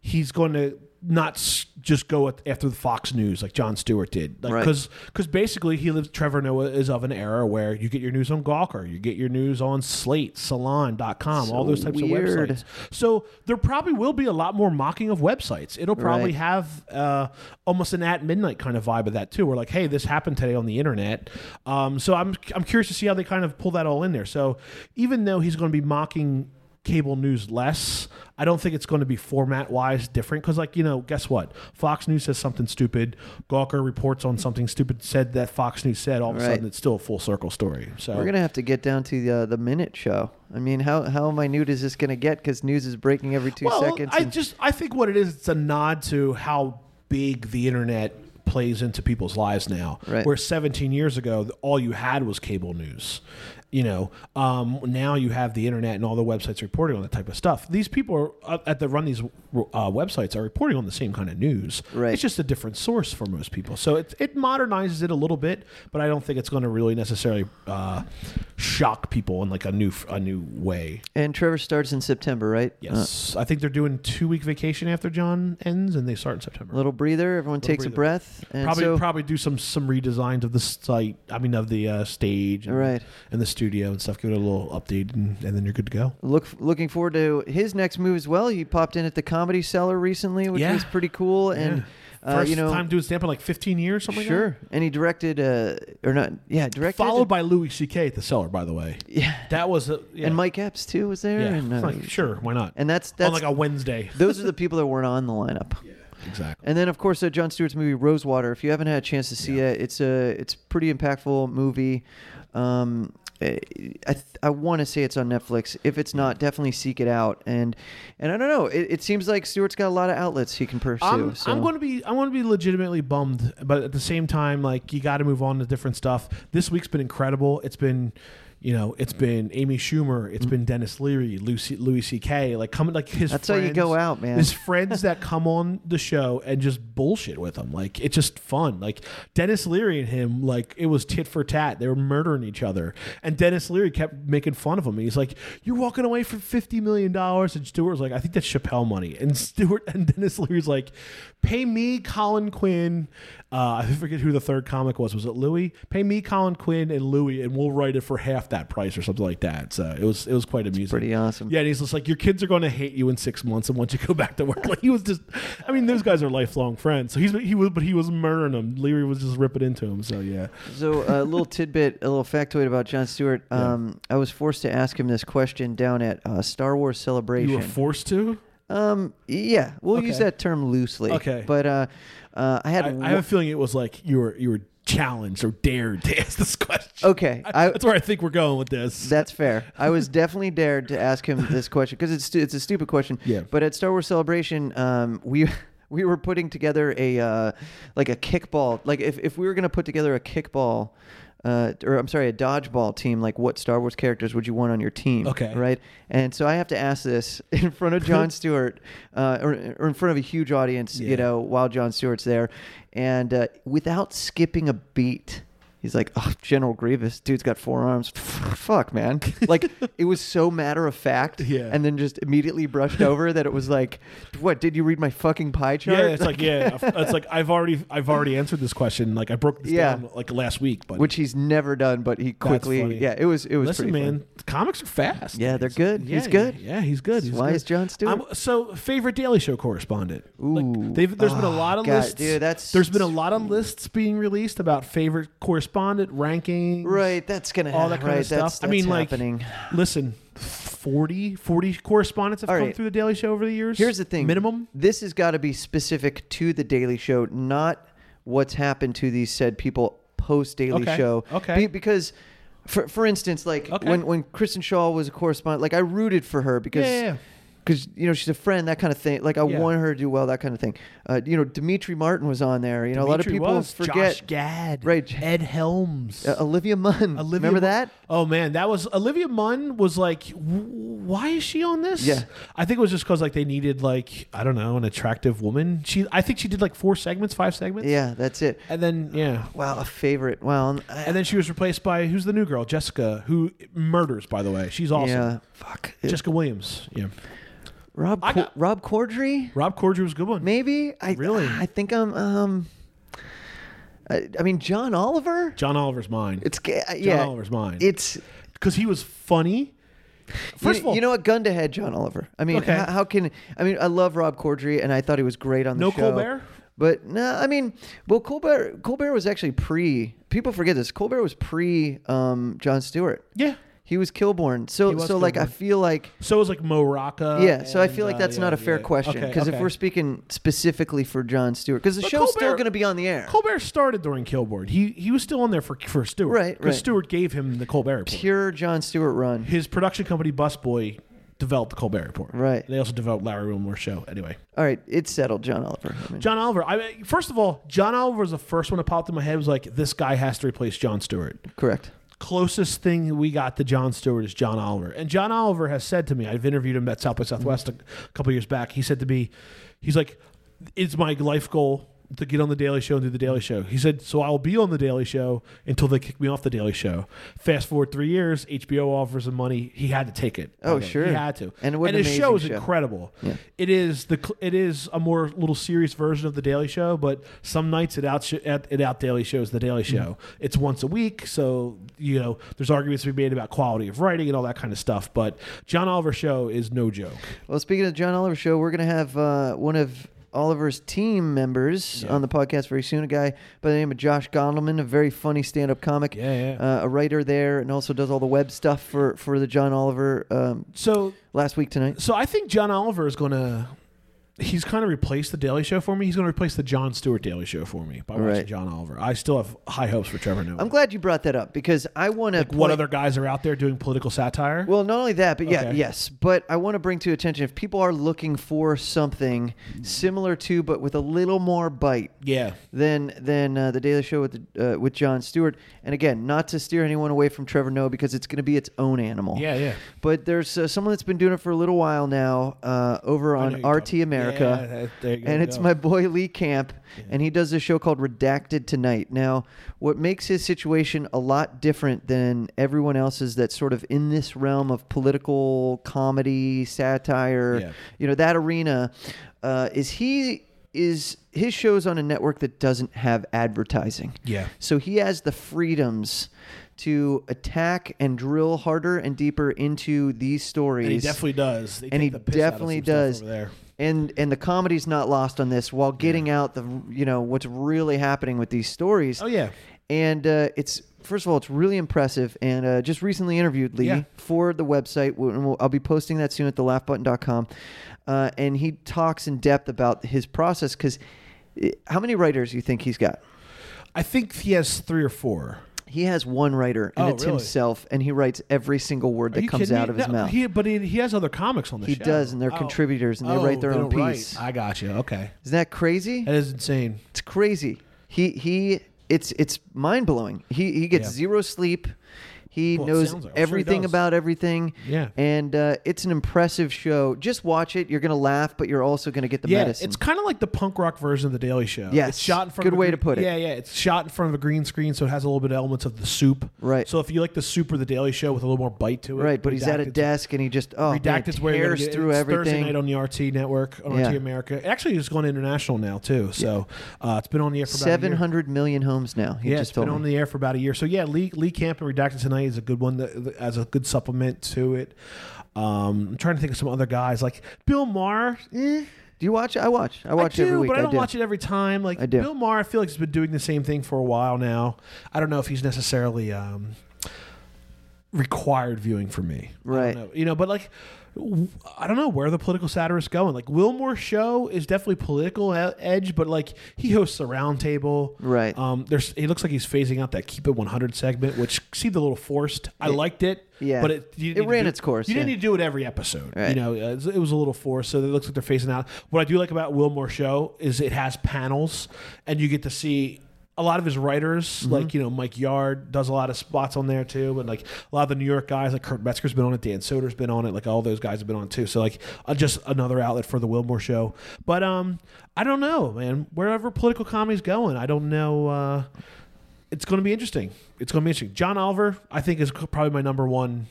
he's going to not s- just go at, after the Fox News like John Stewart did. Like
Right.
because because basically he lives Trevor Noah is of an era where you get your news on Gawker, you get your news on Slate, Salon.com, all those types
weird.
of websites. So there probably will be a lot more mocking of websites. It'll probably
Right.
have uh, almost an at midnight kind of vibe of that too. We're like, hey, this happened today on the internet. Um, so I'm I'm curious to see how they kind of pull that all in there. So even though he's going to be mocking cable news less, I don't think it's going to be format wise different because like you know, guess what? Fox News says something stupid. Gawker reports on something stupid said that Fox News said. All of a
Right.
sudden, it's still a full circle story. So
We're gonna have to get down to the uh, the minute show. I mean, how how minute is this gonna get? Because news is breaking every two seconds.
I
and-
just I think what it is, it's a nod to how big the internet plays into people's lives now.
Right.
Where 17 years ago, th- all you had was cable news. You know, um, now you have the internet and all the websites reporting on that type of stuff. These people are, uh, at the run these uh, websites are reporting on the same kind of news.
Right.
It's just a different source for most people. So it, it modernizes it a little bit, but I don't think it's going to really necessarily uh, shock people in like a new f- a new way.
and Trevor starts in September, right? Uh,
Yes, I think they're doing two week vacation after John ends, and they start in September.
Uh, little breather. Everyone takes
breather.
a breath. And
probably
so,
probably do some some redesigns of the site. I mean, of the uh, stage, and,
Right.
and the studio and stuff. Give it a little update, and, and then you're good to go.
look looking forward to his next move as well. He popped in at the Comedy Cellar recently, which
Yeah.
was pretty cool. And
Yeah.
uh,
First
you know,
time doing stand up in like 15 years, something.
sure.
Like
And he directed, uh, or not? Yeah,
that?
directed.
Followed by Louis C.K. at the cellar, by the way.
yeah.
That was a, yeah.
and Mike Epps too was there.
Yeah,
And,
It's
uh,
like, sure, why not?
and that's that's
on like a Wednesday.
those are the people that weren't on the lineup.
Exactly.
And then, of course, uh, John Stewart's movie Rosewater. If you haven't had a chance to see it, it's a it's a pretty impactful movie. Um, I I, th- I want to say it's on Netflix. If it's not, definitely seek it out. And and I don't know. It, it seems like Stewart's got a lot of outlets he can pursue.
I'm,
so.
I'm going to be I'm going to be legitimately bummed, but at the same time, like you got to move on to different stuff. This week's been incredible. It's been, you know, it's been Amy Schumer, it's been Dennis Leary, Lucy Louis C.K. Like coming like his.
Mm. That's how
friends,
you go out, man.
His friends that come on the show and just bullshit with them. Like it's just fun. Like Dennis Leary and him, like it was tit for tat. They were murdering each other, and Dennis Leary kept making fun of him. He's like, "You're walking away from fifty million dollars," and Stewart was like, "I think that's Chappelle money." And Stewart and Dennis Leary's like, "Pay me, Colin Quinn." Uh, I forget who the third comic was. Was it Louis? Pay me, Colin Quinn, and Louis, and we'll write it for half that price or something like that. So it was it was quite amusing.
pretty awesome.
Yeah, and he's just like, your kids are going to hate you in six months, and once you go back to work, like he was just, I mean, those guys are lifelong friends. So he's he was, but he was murdering them. Leary was just ripping into him. So yeah,
So a little tidbit, a little factoid about John Stewart. Um, I was forced to ask him this question down at uh, Star Wars Celebration.
you were forced to.
um, yeah, we'll use
Okay.
that term loosely.
Okay.
but uh, uh, I had
I, I have a feeling it was like you were you were challenged or dared to ask this question.
okay.
I, that's where I think we're going with this.
That's fair. I was definitely dared to ask him this question because it's stu- it's a stupid question.
Yeah.
But at Star Wars Celebration, um, we we were putting together a uh, like a kickball. Like if if we were gonna put together a kickball. Uh, or I'm sorry, a dodgeball team. Like, what Star Wars characters would you want on your team?
Okay.
right. And so I have to ask this in front of John Stewart, uh, or, or in front of a huge audience,
Yeah.
you know, while John Stewart's there, and uh, without skipping a beat, He's like, oh, General Grievous, dude's got four arms. Fuck, man. Like, it was so matter of fact.
Yeah.
And then just immediately brushed over that it was like, what, did you read my fucking pie chart?
Yeah, it's like yeah, it's like I've already I've already answered this question. Like I broke this
Yeah.
down like last week, but
which he's never done, but he quickly.
funny.
Yeah, it was, it was
listen,
pretty fun.
man, comics are fast.
Yeah, they're
It's-
good.
yeah,
He's good.
Yeah, he's good. He's
why
good.
is Jon Stewart-
I'm- so favorite Daily Show correspondent.
Ooh.
Like, they've, there's been a
Oh,
lot of
God,
lists.
dude, that's-
there's been a lot of lists being released about favorite correspondent rankings.
Right, that's gonna
All that kind
right,
of stuff.
That's,
I mean,
that's
like,
happening.
listen, 40, 40 correspondents have
All
come
right.
through the Daily Show over the years.
Here's the thing.
minimum.
This has got to be specific to the Daily Show, not what's happened to these said people post Daily
Okay,
Show.
okay.
Be- because, for for instance, like
Okay.
when when Kristen Shaw was a correspondent, like I rooted for her because.
Yeah, yeah, yeah.
Because you know she's a friend, that kind of thing. Like I
Yeah.
want her to do well, that kind of thing. Uh, you know, Dimitri Martin was on there. You know, a lot of
Dimitri
people
was,
forget
Josh Gad,
Right.
Ed Helms,
uh, Olivia Munn.
Olivia
Remember
Munn-
that?
Oh man, that was Olivia Munn was like, "W- why is she on this?
Yeah.
I think it was just because like they needed like I don't know an attractive woman. She I think she did like four segments, five segments.
Yeah, that's it.
and then yeah.
Wow, a favorite. Wow, I-
And then she was replaced by who's the new girl, Jessica, who murders. By the way, she's awesome.
yeah. Fuck.
Jessica Williams. Yeah,
Rob
I
Co-
got-
Rob Cordry.
Rob Corddry was a good one.
Maybe I
Really?
I think I'm. Um, I, I mean, John Oliver.
John Oliver's mine
It's ga- yeah.
Oliver's mine.
It's
because he was funny. First
you,
of all,
you know what? Gun to head, John Oliver. I mean,
Okay.
how, how can I mean? I love Rob Corddry, and I thought he was great on the
No
show.
Colbert?
But no, I mean, well, Colbert. Colbert was actually pre. People forget this. Colbert was pre um, John Stewart.
yeah.
He was Kilborn. So,
was
so like, I
Kilborn.
feel like
So was like Mo Rocca.
Yeah, so I feel like
and, uh,
that's not
yeah,
a fair
yeah.
question
Okay,
because if
okay.
we're speaking specifically for John Stewart, because the
But
show's still
Colbert-
going to be on the air.
Colbert started during Kilborn. He he was still on there for for Stewart,
Right,
Because
right.
Stewart gave him the Colbert Report.
Pure John Stewart run.
His production company, Busboy, developed the Colbert Report.
Right.
They also developed Larry Wilmore's show. Anyway,
All right, it's settled, John Oliver. I mean,
John Oliver. I mean, first of all, John Oliver was the first one that popped in my head. Was like, this guy has to replace John Stewart.
correct.
Closest thing we got to John Stewart is John Oliver, and John Oliver has said to me. I've interviewed him at South by Southwest a couple years back. He said to me, he's like, it's my life goal. To get on the Daily Show and do the Daily Show. He said, So I'll be on the Daily Show until they kick me off the Daily Show. Fast forward three years, HBO offers him money. He had to take it.
Oh,
Okay.
sure.
He had to.
And what an
his show is
amazing show.
incredible. It is the cl- it is a more little serious version of the Daily Show, but some nights it out it out Daily Shows the Daily
Mm-hmm.
Show. It's once a week, so you know there's arguments to be made about quality of writing and all that kind of stuff. But John Oliver's show is no joke.
Well, speaking of the John Oliver show, we're going to have uh, one of Oliver's team members on the podcast very soon. A guy by the name of Josh Gondelman, a very funny stand-up comic,
Yeah, yeah.
Uh, a writer there, and also does all the web stuff for for the John Oliver um,
So
last week tonight.
so I think John Oliver is gonna. He's kind of replaced the Daily Show for me. He's going to replace the John Stewart Daily Show for me by watching
Right.
John Oliver. I still have high hopes for Trevor Noah.
I'm glad you brought that up because I want to.
like what other guys are out there doing political satire?
Well, not only that, but yeah,
Okay.
yes. But I want to bring to attention if people are looking for something
Mm-hmm.
similar to, but with a little more bite
yeah.
than than uh, the Daily Show with the, uh, with John Stewart. And again, not to steer anyone away from Trevor Noah because it's going to be its own animal.
Yeah, yeah.
But there's uh, someone that's been doing it for a little while now uh, over
know
on
you're
RT
talking-
America.
Yeah, that- there you
and
go.
it's my boy Lee Camp, and he does a show called Redacted Tonight. Now, what makes his situation a lot different than everyone else's that's sort of in this realm of political comedy, satire,
Yeah.
you know, that arena, uh, is he is his shows on a network that doesn't have advertising.
Yeah.
So he has the freedoms to attack and drill harder and deeper into these stories.
And he definitely does. They
and
take
he
the piss out of
definitely
some stuff
does.
over there.
And and the comedy's not lost on this while getting out the you know what's really happening with these stories.
Oh yeah,
And uh, it's first of all, it's really impressive. And uh, just recently interviewed Lee
Yeah.
for the website. We'll- and we'll- I'll be posting that soon at thelaughbutton.com. Uh, and he talks in depth about his process because how many writers do you think he's got?
I think he has three or four.
He has one writer, and
Oh,
it's
really?
himself, and he writes every single word
Are
that
you
comes
kidding me?
out of his
No,
mouth.
He, but he, he has other comics on the
He
show. Oh.
does, and they're contributors, and they write their own
don't write.
piece.
I got you. Okay,
Isn't that crazy?
that is insane.
It's crazy. He he it's it's mind blowing. He he gets
Yeah.
zero sleep. He
Well, it
knows
sounds like- I'm sure he
everything
does.
about everything.
Yeah.
and uh, it's an impressive show. Just watch it. You're gonna laugh, but you're also gonna get the
yeah,
medicine.
it's kind of like the punk rock version of the Daily Show.
Yes.
it's shot in front.
Good
of a
way
green-
to put it.
Yeah, yeah, it's shot in front of a green screen, so it has a little bit of elements of the soup.
Right.
So if you like the soup or the Daily Show with a little more bite to it,
right, but he's at a
redacted-
desk and he just oh man,
Redacted's where you're gonna
tears
get-
through
it's Thursday
everything.
night on the RT network, on
Yeah.
RT America. It Actually, it's gone international now too. So uh, it's been on the air for about a year.
Seven hundred million homes now. He
Yeah,
just
it's been
told
on
me.
the air for about a year. So yeah, Lee Lee Camp and Redacted Tonight is a good one that, that- as a good supplement to it. Um, I'm trying to think of some other guys like Bill Maher. Eh,
Do you watch? it? I watch. I watch
I do,
every week.
but I don't
do.
watch it every time. Like
I do.
Bill Maher, I feel like he's been doing the same thing for a while now. I don't know if he's necessarily um, required viewing for me. I don't
Right.
know. You know, but like. w- I don't know where the political satire is going. Like Wilmore show is definitely political e- edge, but like he hosts a roundtable.
Right.
Um. There's. He looks like he's phasing out that Keep It 100 segment, which seemed a little forced. I liked it.
yeah.
But it you
It
didn't need to
ran
do-
its course,
You didn't
yeah.
need to do it every episode. You
Right.
know, uh, it's- it was a little forced, so it looks like they're facing out. What I do like about Wilmore Show is it has panels, and you get to see a lot of his writers,
Mm-hmm.
like you know Mike Yard does a lot of spots on there too, and like a lot of the New York guys, like Kurt Metzger's been on it, Dan Soder's been on it, like all those guys have been on it too. So like uh, just another outlet for the Wilmore Show. But um, I don't know, man. Wherever political comedy's going, I don't know. Uh, it's going to be interesting. It's going to be interesting. John Oliver, I think, is probably my number one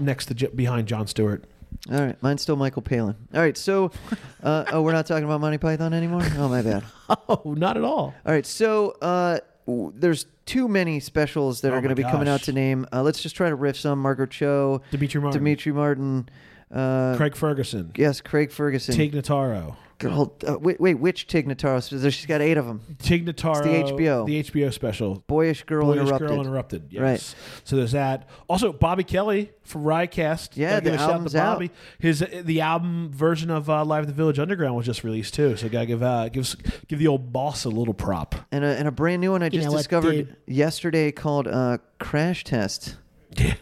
next to J- behind John Stewart.
All right, mine's still Michael Palin. All right, so uh, oh, we're not talking about Monty Python anymore. Oh my bad.
Oh, not at all.
All right, so uh, w- there's too many specials that
Oh
are going
my
to be coming out
gosh.
to name. Uh, let's just try to riff some. Margot Cho,
Dimitri Martin,
Dimitri Martin, uh,
Craig Ferguson,
yes, Craig Ferguson.
Tig Notaro,
Girl, uh, wait, wait, which Tig Notaro? So there- She's got eight of them.
Tig
It's
Notaro,
the HBO.
the HBO special,
Boyish Girl
Boyish
Interrupted.
Girl Interrupted. Yes.
Right.
So there's that. Also, Bobby Kelly from Riotcast.
Yeah,
Gotta
the
give a shout out to
album's out.
Bobby. His uh, the album version of uh, Live at the Village Underground was just released too. So gotta give uh, give give the old boss a little prop.
and, a, and a brand new one I just
know what,
discovered
dude?
yesterday called uh, Crash Test,
Yeah.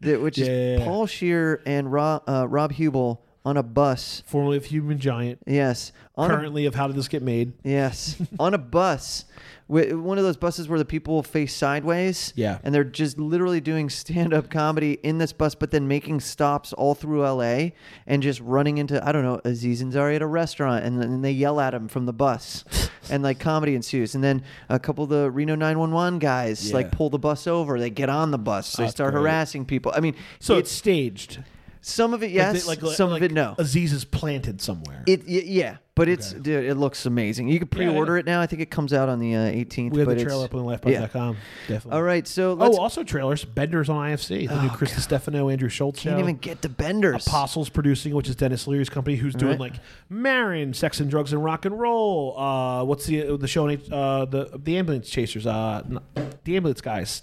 that, which
Yeah.
is Paul Shear and Rob, uh, Rob Hubel on a bus.
Formerly of Human Giant,
Yes, on a
currently of How Did This Get Made?
Yes, on a bus, Wi- one of those buses where the people face sideways.
Yeah.
and they're just literally doing stand-up comedy in this bus, but then making stops all through L.A. and just running into I don't know Aziz Ansari at a restaurant, and then they yell at him from the bus, and like comedy ensues. And then a couple of the Reno 911 guys
Yeah.
like pull the bus over. They get on the bus. They
That's
start
great.
harassing people. I mean,
So it's
it's
staged.
some of it
Like
yes,
they- like-
some
like
of it no.
Aziz is planted somewhere.
It y- yeah, but it's dude, it looks amazing. You can
I know.
pre-order it now. I think it comes out on the uh, 18th.
we have
but
the trailer
it's-
up on
yeah.
lifebuzz.com. Definitely.
All right, so
Oh,
let's, Oh,
also trailers. Bender's on IFC. The new Chris Stefano, Andrew Schultz
can't
show.
even get the Benders.
Apostles producing, which is Dennis Leary's company, who's doing
Right.
like Marin, Sex and Drugs and Rock and Roll. Uh, what's the the show? on H- Uh, the the ambulance chasers. Uh, n- the ambulance guys.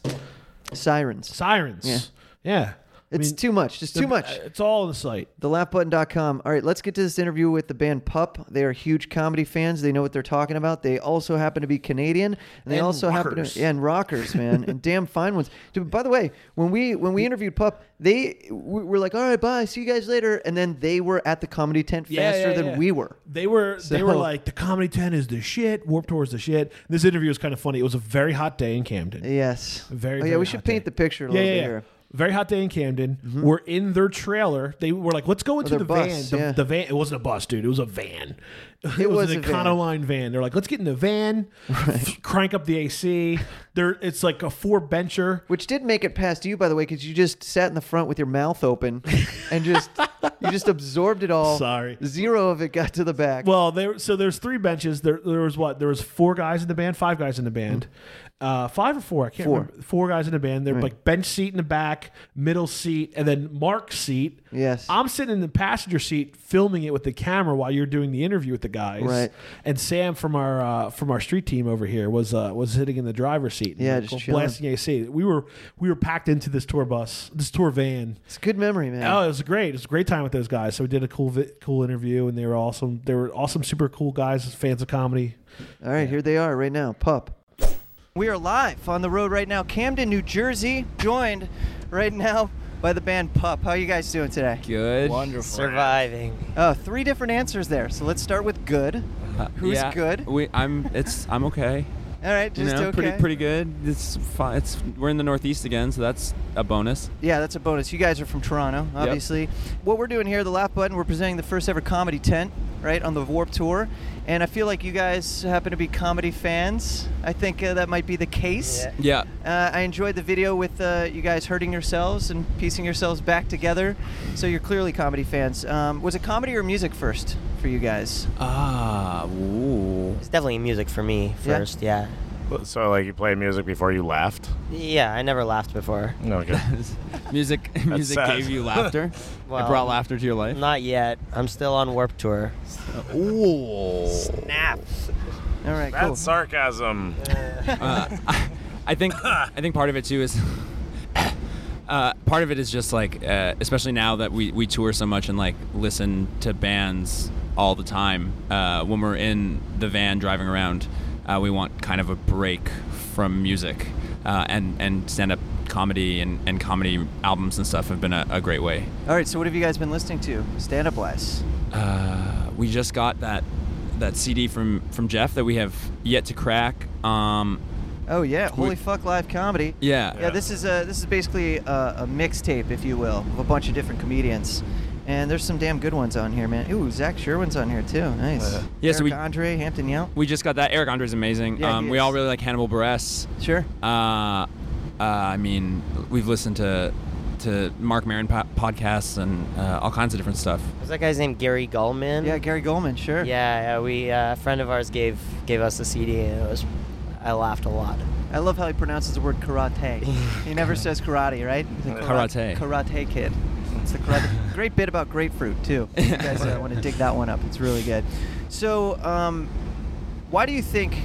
Sirens.
Sirens.
Yeah.
Yeah. I
It's
mean,
too much. Just too
the-
much.
It's all on the site.
TheLaughButton.com. All right, let's get to this interview with the band Pup. They are huge comedy fans. They know what they're talking about. They also happen to be Canadian, and they
And
also happen
rockers.
to yeah, and rockers, man, and damn fine ones. Dude, by the way, when we when we interviewed Pup, they we were like, "All right, bye, see you guys later," and then they were at the comedy tent faster
Yeah, yeah,
than
yeah.
we were.
They were they were
So-
like the comedy tent is the shit. Warp tour is the shit. This interview was kind of funny. It was a very hot day in Camden.
Yes.
Very.
Oh, yeah,
very
we should
hot day.
paint the picture a little bit here.
Very hot day in Camden. We're in their trailer. They were like, "Let's go into
their
the
Oh, bus,
van." The,
yeah.
the van. It wasn't a bus, dude. It was a van. It,
was
an
a van.
Econoline van. They're like, "Let's get in the van, crank up the AC." There, it's like a four bencher.
Which did make it past you, by the way, because you just sat in the front with your mouth open and just you just absorbed it all.
Sorry.
Zero of it got to the back.
Well, there so there's three benches. There there was what? There was four guys in the band, five guys in the band. Uh, five or four, I can't
Hmm. Four.
remember. Four guys in the band. They're like bench seat in the back, middle seat, and then Mark's seat.
Yes.
I'm sitting in the passenger seat filming it with the camera while you're doing the interview with the guys.
Right.
And Sam from our uh, from our street team over here was uh, was sitting in the driver's seat. and
Yeah,
like,
just chilling.
blasting AC. We were we were packed into this tour bus, this tour van.
it's a good memory, man.
Oh, it was great. It was a great time with those guys. So we did a cool, vi- cool interview, and they were awesome. They were awesome, super cool guys, fans of comedy.
All right, here they are right now. Pup. We are live on the road right now, Camden, New Jersey, joined right now by the band Pup. How you guys doing today?
Good.
surviving.
Oh, three different answers there. So let's start with good. Who's
Uh, yeah,
good?
We, I'm. It's. I'm okay.
All right,
You
just
know,
okay.
pretty pretty good. It's fine. It's we're in the Northeast again, so that's a bonus.
Yeah, that's a bonus. You guys are from Toronto, obviously. What we're doing here, the Laugh Button, we're presenting the first ever comedy tent, right, on the Warp Tour. And I feel like you guys happen to be comedy fans. I think uh, that might be the case.
Yeah.
Uh, I enjoyed the video with uh, you guys hurting yourselves and piecing yourselves back together. So you're clearly comedy fans. Um, was it comedy or music first for you guys?
Ah. Ooh.
It's definitely music for me
Yeah?
first. Yeah.
So, like, you played music before you left?
Yeah, I never laughed before.
No, good.
music. music
sad.
gave you laughter. it
Well,
brought laughter to your life.
Not yet. I'm still on Warp Tour.
All right,
That's
cool.
sarcasm.
uh, I, I think I think part of it too is uh, part of it is just like uh, especially now that we, we tour so much and like listen to bands all the time uh, when we're in the van driving around uh, we want kind of a break from music uh, and and stand up comedy and, and comedy albums and stuff have been a, a great way
All right, so what have you guys been listening to stand up wise?
uh, we just got that that CD from from Jeff that we have yet to crack um,
Oh, yeah, Holy
We-
Fuck Live Comedy.
yeah
Yeah, this is a this is basically a, a mixtape, if you will, of a bunch of different comedians. And there's some damn good ones on here, man. Ooh, Zach Sherwin's on here too. Nice.
Yeah, so
Eric
we-
Andre Hampton Yell.
We just got that. Eric Andre's amazing.
Yeah,
um,
he
we
is.
all really like Hannibal Buress.
Sure.
Uh, uh, I mean, we've listened to to Mark Maron po- podcasts and uh, all kinds of different stuff.
Was that guy's name Gary Gulman?
Yeah, Gary Goldman. Sure.
Yeah, yeah. We uh, a friend of ours gave gave us a CD, and it was I laughed a lot.
I love how he pronounces the word karate. he never says karate, right? He's like,
Karate.
Karate kid. It's the karate. great bit about grapefruit too. If you guys uh, want to dig that one up? It's really good. So, um, why do you think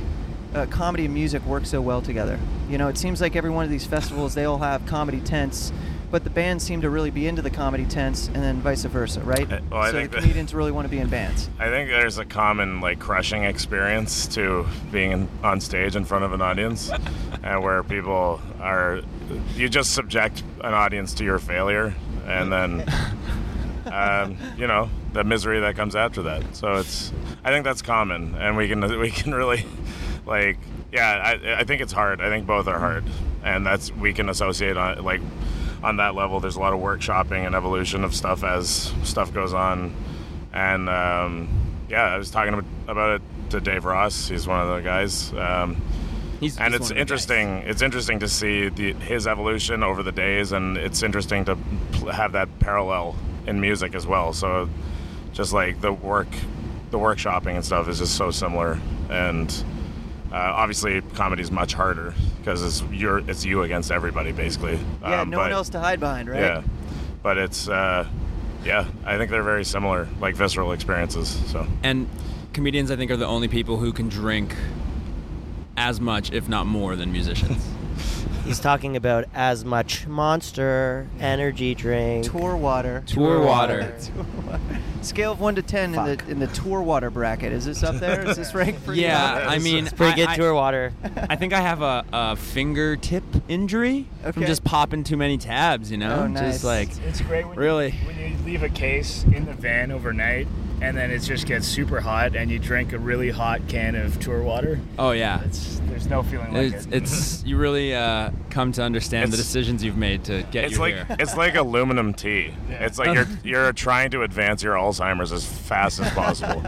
uh, comedy and music work so well together? You know, it seems like every one of these festivals they all have comedy tents, but the bands seem to really be into the comedy tents, and then vice versa, right?
Uh, well, I
so
think
the
that-
comedians really want to be in bands.
I think there's a common like crushing experience to being in, on stage in front of an audience, and where people are, you just subject an audience to your failure, and then, um, you know, the misery that comes after that. So it's, I think that's common, and we can we can really, like, yeah, I, I think it's hard. I think both are hard, and that's we can associate on like, on that level. There's a lot of workshopping and evolution of stuff as stuff goes on. And um, yeah, I was talking ab- about it to Dave Ross. He's one of the guys. Um,
He's
and
he's one
it's
of the
interesting. It's interesting to see the, his evolution over the days, and it's interesting to pl- have that parallel in music as well. So, just like the work, the workshopping and stuff is just so similar. And uh, obviously, comedy is much harder because it's your it's you against everybody basically.
Yeah,
Um,
no one
but-
else to hide behind, right?
yeah, but it's uh, yeah. I think they're very similar, like visceral experiences. So
guys. And comedians, I think, are the only people who can drink as much, if not more, than musicians.
He's talking about as much Monster energy drink.
Tour water.
Tour water.
Scale of one to ten in the in the tour water bracket. Is this up there? Is this ranked pretty high?
Yeah, I mean,
It's pretty good
I, I-
tour water.
I think I have a, a fingertip injury from
Okay.
just popping too many tabs. You know,
Oh, nice.
just like
It's great when
Really?
you, when you leave a case in the van overnight, and then it just gets super hot, and you drink a really hot can of tour water.
oh yeah.
It's there's no feeling like
It's,
it.
it's you really uh, come to understand the
It's-
decisions you've made to get
it's
you
like
here.
it's like aluminum tea. It's like you're you're trying to advance your Alzheimer's as fast as possible.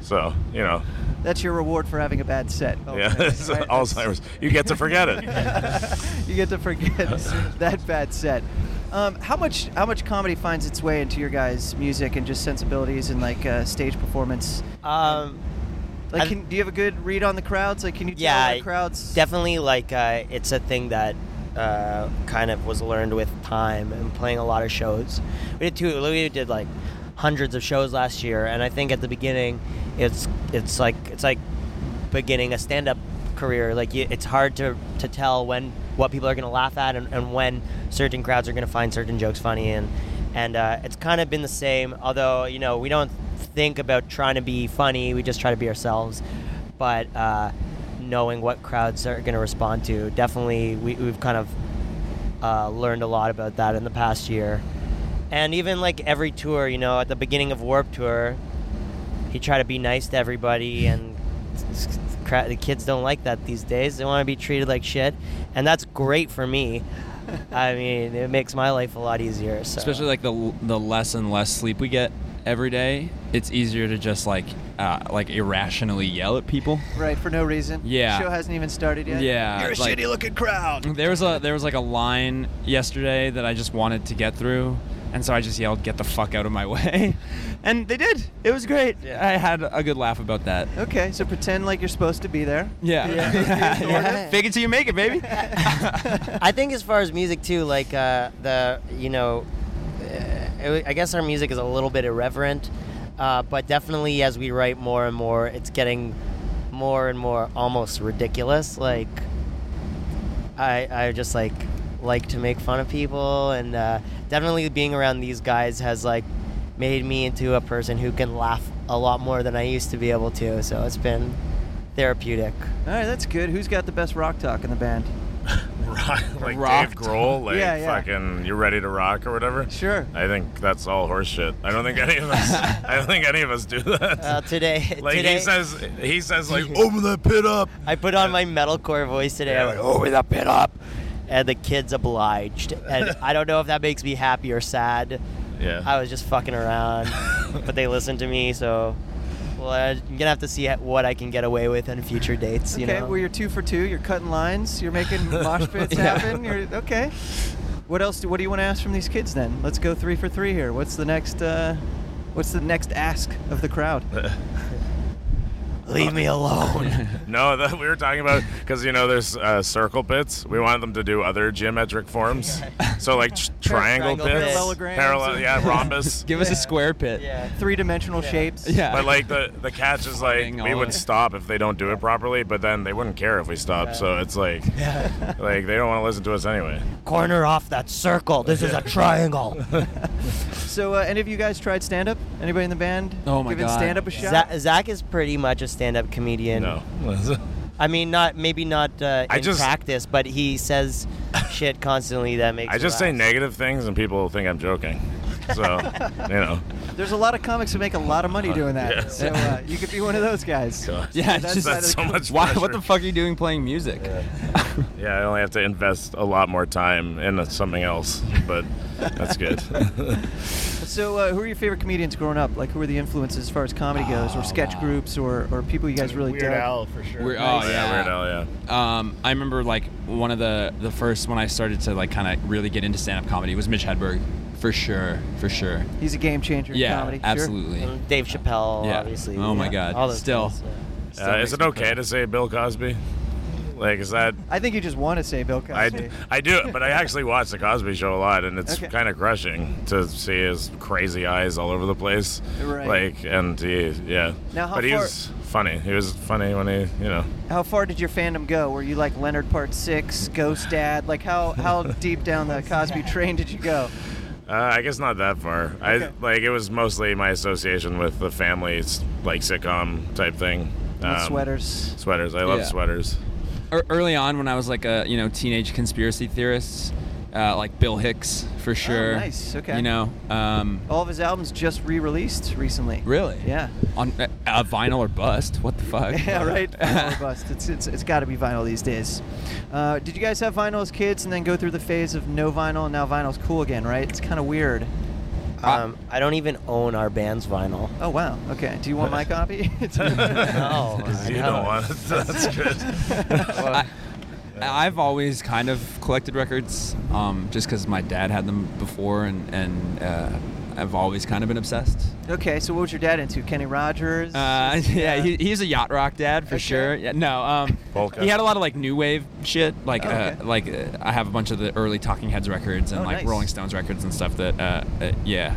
so you know,
That's your reward for having a bad set.
yeah,
ultimately,
it's
right?
Alzheimer's. You get to forget it.
You get to forget that bad set. Um, how much how much comedy finds its way into your guys' music and just sensibilities and like uh, stage performance?
Um,
Like,
I-
can, do you have a good read on the crowds? Like, can you tell
yeah,
the crowds?
definitely like uh, it's a thing that uh, kind of was learned with time and playing a lot of shows. We did two. We did like hundreds of shows last year, and I think at the beginning, it's it's like it's like beginning a stand up career. Like you, it's hard to to tell when what people are going to laugh at and, and when certain crowds are going to find certain jokes funny and. And uh, it's kind of been the same, although you know we don't think about trying to be funny. We just try to be ourselves but uh, knowing what crowds are going to respond to definitely we, we've kind of uh, learned a lot about that in the past year and even like every tour you know at the beginning of warp tour he tried to be nice to everybody and cra- the kids don't like that these days. They want to be treated like shit, and that's great for me. I mean, it makes my life a lot easier. So.
especially like the the less and less sleep we get every day it's easier to just like uh, like irrationally yell at people
Right, for no reason.
Yeah.
Show hasn't even started yet.
yeah
You're a
like-
shitty looking crowd.
there was a there was like a line yesterday that i just wanted to get through and so i just yelled get the fuck out of my way and they did it was great i had a good laugh about that
Okay, so pretend like you're supposed to be there.
yeah, yeah.
Yeah.
fake it till you make it baby
I think as far as music too, like uh, the you know, uh, I guess our music is a little bit irreverent, uh, but definitely as we write more and more, it's getting more and more almost ridiculous. Like I, I just like like to make fun of people, and uh, definitely being around these guys has like made me into a person who can laugh a lot more than I used to be able to. So it's been therapeutic.
All right, that's good. Who's got the best rock talk in the band?
rock, like
Rock.
Dave Grohl, like
Yeah, yeah.
fucking, you're ready to rock or whatever.
Sure.
I think that's all horseshit. I don't think any of us. I don't think any of us do that.
Uh, today,
like
today
he says, he says like, open that pit up.
I put on my metalcore voice today. I went, "Oh, with a pit up," and the kids obliged. And I don't know if that makes me happy or sad.
Yeah.
I was just fucking around, but they listened to me, so well, I'm gonna have to see what I can get away with on future dates. You
okay,
know,
well you're two for two. You're cutting lines. You're making mosh pits
Yeah.
happen. You're okay. What else? Do, what do you want to ask from these kids then? Let's go three for three here. What's the next? Uh, what's the next ask of the crowd?
leave me alone.
No, that we were talking about because you know there's uh, circle pits. We wanted them to do other geometric forms, so like tr-
Triangle
triangle, pits,
pits.
Parallelograms.
parallel, yeah, rhombus.
give us a square pit
yeah.
Three-dimensional shapes.
yeah
But like the the catch is like
Fucking
we
all
would
of it.
stop if they don't do it properly, but then they wouldn't care if we stopped. So it's like, like they don't want to listen to us anyway.
Corner off that circle. This is a triangle.
So, uh, any of you guys tried stand-up? Anybody in the band?
Oh my
giving
God.
stand-up a shot.
Zach, Zach is pretty much a stand-up comedian.
No,
I mean, not maybe not uh,
I
in
just-
practice, but he says shit constantly that makes.
I
you
just say
laugh.
negative things and people think I'm joking. So you know,
There's a lot of comics who make a lot of money doing that.
Yeah.
So uh, you could be one of those guys.
yeah it's
That's-
just,
that's
so much
why what
pressure.
the fuck are you doing playing music
yeah, I only have to invest a lot more time in something else, but that's good.
So, uh, who are your favorite comedians growing up? Like, who are the influences as far as comedy goes, or sketch
Ah.
groups, or, or people you guys really
Weird
dug?
Al for sure.
We're- oh
yeah, Weird Al, yeah.
um, I remember like one of the the first when I started to like kind of really get into stand up comedy was Mitch Hedberg, for sure, for sure.
He's a game changer in
Yeah,
comedy. sure. Uh-huh.
absolutely.
And Dave Chappelle,
Yeah.
obviously.
Oh my
yeah,
God.
All those
Still.
things, yeah.
Still
Uh, is
makes
it
me
okay to say Bill Cosby? Like, is that?
I think you just want to say Bill Cosby.
I, d- I do it, but I actually watch the Cosby Show a lot, and it's
Okay.
kind of crushing to see his crazy eyes all over the place.
Right.
Like, and he, yeah.
Now, how
but he
far-
was funny. He was funny when he, you know.
How far did your fandom go? Were you like Leonard Part Six, Ghost Dad? Like, how how deep down the Cosby train did you go?
Uh, I guess not that far. I
Okay.
like it was mostly my association with the family, s- like sitcom type thing.
With
Um,
sweaters.
Sweaters. I love
Yeah.
sweaters.
Ear- Early on, when I was like a you know teenage conspiracy theorist, uh, like Bill Hicks for sure.
Oh, nice, okay. Oh,
You know, um,
All of his albums just re-released recently.
really.
Yeah.
On uh, uh, vinyl or bust? What the fuck?
Yeah, right. Vinyl or bust. It's it's, it's got to be vinyl these days. Uh, did you guys have vinyl as kids, and then go through the phase of no vinyl, and now vinyl's cool again, right? It's kind of weird.
Um, I don't even own our band's vinyl.
Oh wow. Okay. Do you want my copy? Oh,
No, I
You
know.
don't want it. That's good.
I, I've always kind of collected records, um, just because my dad had them before, and and uh, I've always kind of been obsessed.
okay. So what was your dad into? Kenny Rogers.
Uh, yeah, he, he's a yacht rock dad for
Okay.
sure. Yeah, no, um,
Polka.
he had a lot of like new wave shit. Like,
Oh, okay.
uh, like uh, I have a bunch of the early Talking Heads records and
Oh,
like
nice.
Rolling Stones records and stuff. That, uh, uh, yeah,